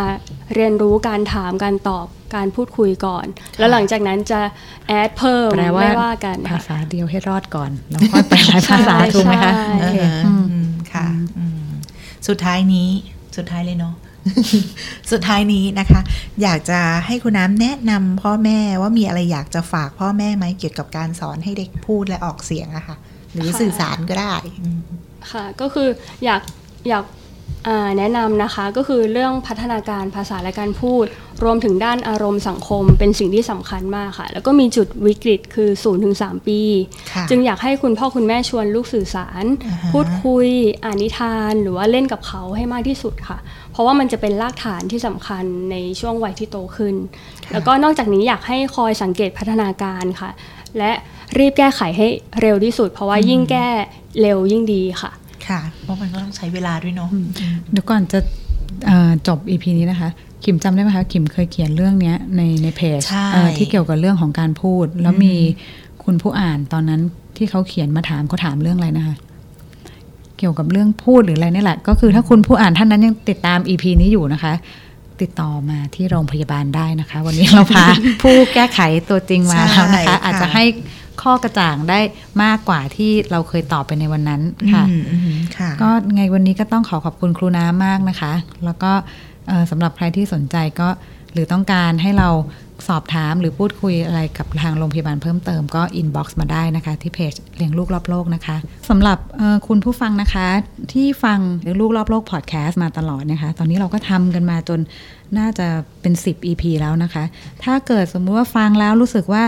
Speaker 2: เรียนรู้การถามการตอบการพูดคุยก่อน แล้วหลังจากนั้นจะแอดเพิ่ม
Speaker 3: แปลว่า
Speaker 2: ไม่ว่ากัน
Speaker 3: ภา
Speaker 2: ค่ะ
Speaker 3: ษาเดียวให้รอดก่อน แล้วค่อยไปหลายภาษา
Speaker 2: ใช่
Speaker 3: ถูกไหมคะ
Speaker 2: ใช่
Speaker 1: เออ
Speaker 3: อืม
Speaker 1: อืมค่ะอืมสุดท้ายนี้สุดท้ายเลยเนาะ [LAUGHS] สุดท้ายนี้นะคะ อยากจะให้คุณน้ำแนะนำพ่อแม่ว่ามีอะไรอยากจะฝากพ่อแม่ไหมเกี่ยวกับการสอนให้เด็กพูดและออกเสียงอะค่ะ หรือ
Speaker 2: ค่ะ
Speaker 1: สื่อสารก็ได้อืม
Speaker 2: ค่ะก็คืออยากอยากอ่าแนะนำนะคะก็คือเรื่องพัฒนาการภาษาและการพูด รวมถึงด้านอารมณ์สังคมเป็นสิ่งที่สำคัญมากค่ะ แล้วก็มีจุดวิกฤตคือ 0-3 ปี
Speaker 1: ค่ะ
Speaker 2: จึงอยากให้คุณพ่อคุณแม่ชวนลูกสื่อสาร
Speaker 1: อ่าฮะ
Speaker 2: พูดคุยอ่านนิทานหรือว่าเล่นกับเขาให้มากที่สุดค่ะ เพราะว่ามันจะเป็นรากฐานที่สำคัญในช่วงวัยที่โตขึ้น แล้วก็นอกจากนี้อยากให้คอยสังเกตพัฒนาการค่ะ และรีบแก้ไขให้เร็วที่สุด เพราะว่ายิ่งแก้เร็วยิ่งดีค่ะ
Speaker 1: ค่ะ เพราะมันก็ต้องใช้เวลาด้วยเนาะ
Speaker 3: เดี๋ยวก่อนจะเอ่อจบ EP นี้นะคะ ขิมจำได้ไหมคะ ขิมเคยเขียนเรื่องเนี้ยในในเพจ
Speaker 1: ใช่
Speaker 3: เอ่อที่เกี่ยวกับเรื่องของการพูด แล้ว
Speaker 1: อืม
Speaker 3: มีคุณผู้อ่านตอนนั้นที่เขาเขียนมาถามเขาถามเรื่องอะไรนะคะ เกี่ยวกับเรื่องพูดหรืออะไรนี่แหละ ก็คือถ้าคุณผู้อ่านท่านนั้นยังติดตาม EP นี้อยู่นะคะ ติดต่อมาที่โรงพยาบาลได้นะคะ วันนี้เราพา ผู้แก้ไขตัวจริงมาแล้วนะ
Speaker 1: ใช่
Speaker 3: คะ
Speaker 1: ค่ะ
Speaker 3: อาจจะให้ข้อกระจ่างได้มากกว่าที่เราเคยตอบไปในวันนั้นค่ะ
Speaker 1: อืมอืมค่ะ
Speaker 3: ก็ไงวันนี้ก็ต้องขอขอบคุณครูน้ำมากนะคะ แล้วก็เอ่อสำหรับใครที่สนใจก็หรือต้องการให้เรา สอบถามหรือพูดคุยอะไรกับทางโรงพยาบาลเพิ่มเติมก็อินบ็อกซ์มาได้นะคะ ที่เพจเลี้ยงลูกรอบโลกนะคะสำหรับเอ่อคุณผู้ฟังนะคะ ที่ฟังเลี้ยงลูกรอบโลกพอดแคสต์มาตลอดนะคะ ตอนนี้เราก็ทำกันมาจนน่าจะเป็น 10 EP แล้วนะคะ ถ้าเกิดสมมุติว่าฟังแล้วรู้สึกว่า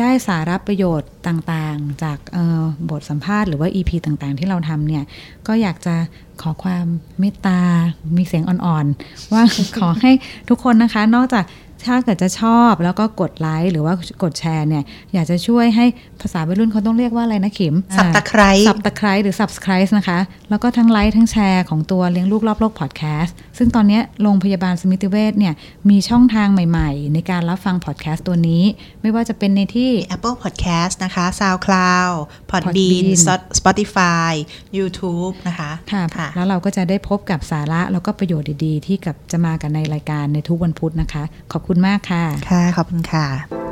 Speaker 3: ได้สาระประโยชน์ต่างๆ จากเอ่อบทสัมภาษณ์หรือว่า EP ต่างๆ ที่เราทำเนี่ย ก็อยากจะขอความเมตตา มีเสียงอ่อนๆ ว่า ขอให้ทุกคนนะคะ นอกจากถ้าเกิดจะชอบแล้วก็กดไลค์หรือว่ากดแชร์เนี่ย อยากจะช่วยให้ภาษาวัยรุ่นเขาต้องเรียกว่าอะไรนะขิม
Speaker 1: สับตะ
Speaker 3: อ่า
Speaker 1: ไคร้
Speaker 3: สับตะไคร้หรือ subscribe นะคะ แล้วก็ทั้งไลค์ทั้งแชร์ของตัวเลี้ยงลูกรอบโลกพอดแคสต์ซึ่งตอนเนี้ยโรงพยาบาลสมิติเวชเนี่ยมีช่องทางใหม่ๆ ในการรับฟังพอดแคสต์ตัวนี้ ไม่ว่าจะเป็นในที่
Speaker 1: มี Apple Podcast นะคะ SoundCloud Podbean
Speaker 3: Podbean
Speaker 1: Sot- Spotify YouTube นะคะ
Speaker 3: ค่ะ
Speaker 1: ค่ะ
Speaker 3: แล้วเราก็จะได้พบกับสาระแล้วก็ประโยชน์ดีๆ ที่กับจะมากันในรายการในทุกวันพุธนะคะ ขอบคุณมากค่ะ
Speaker 1: ค่ะ ขอบคุณค่ะ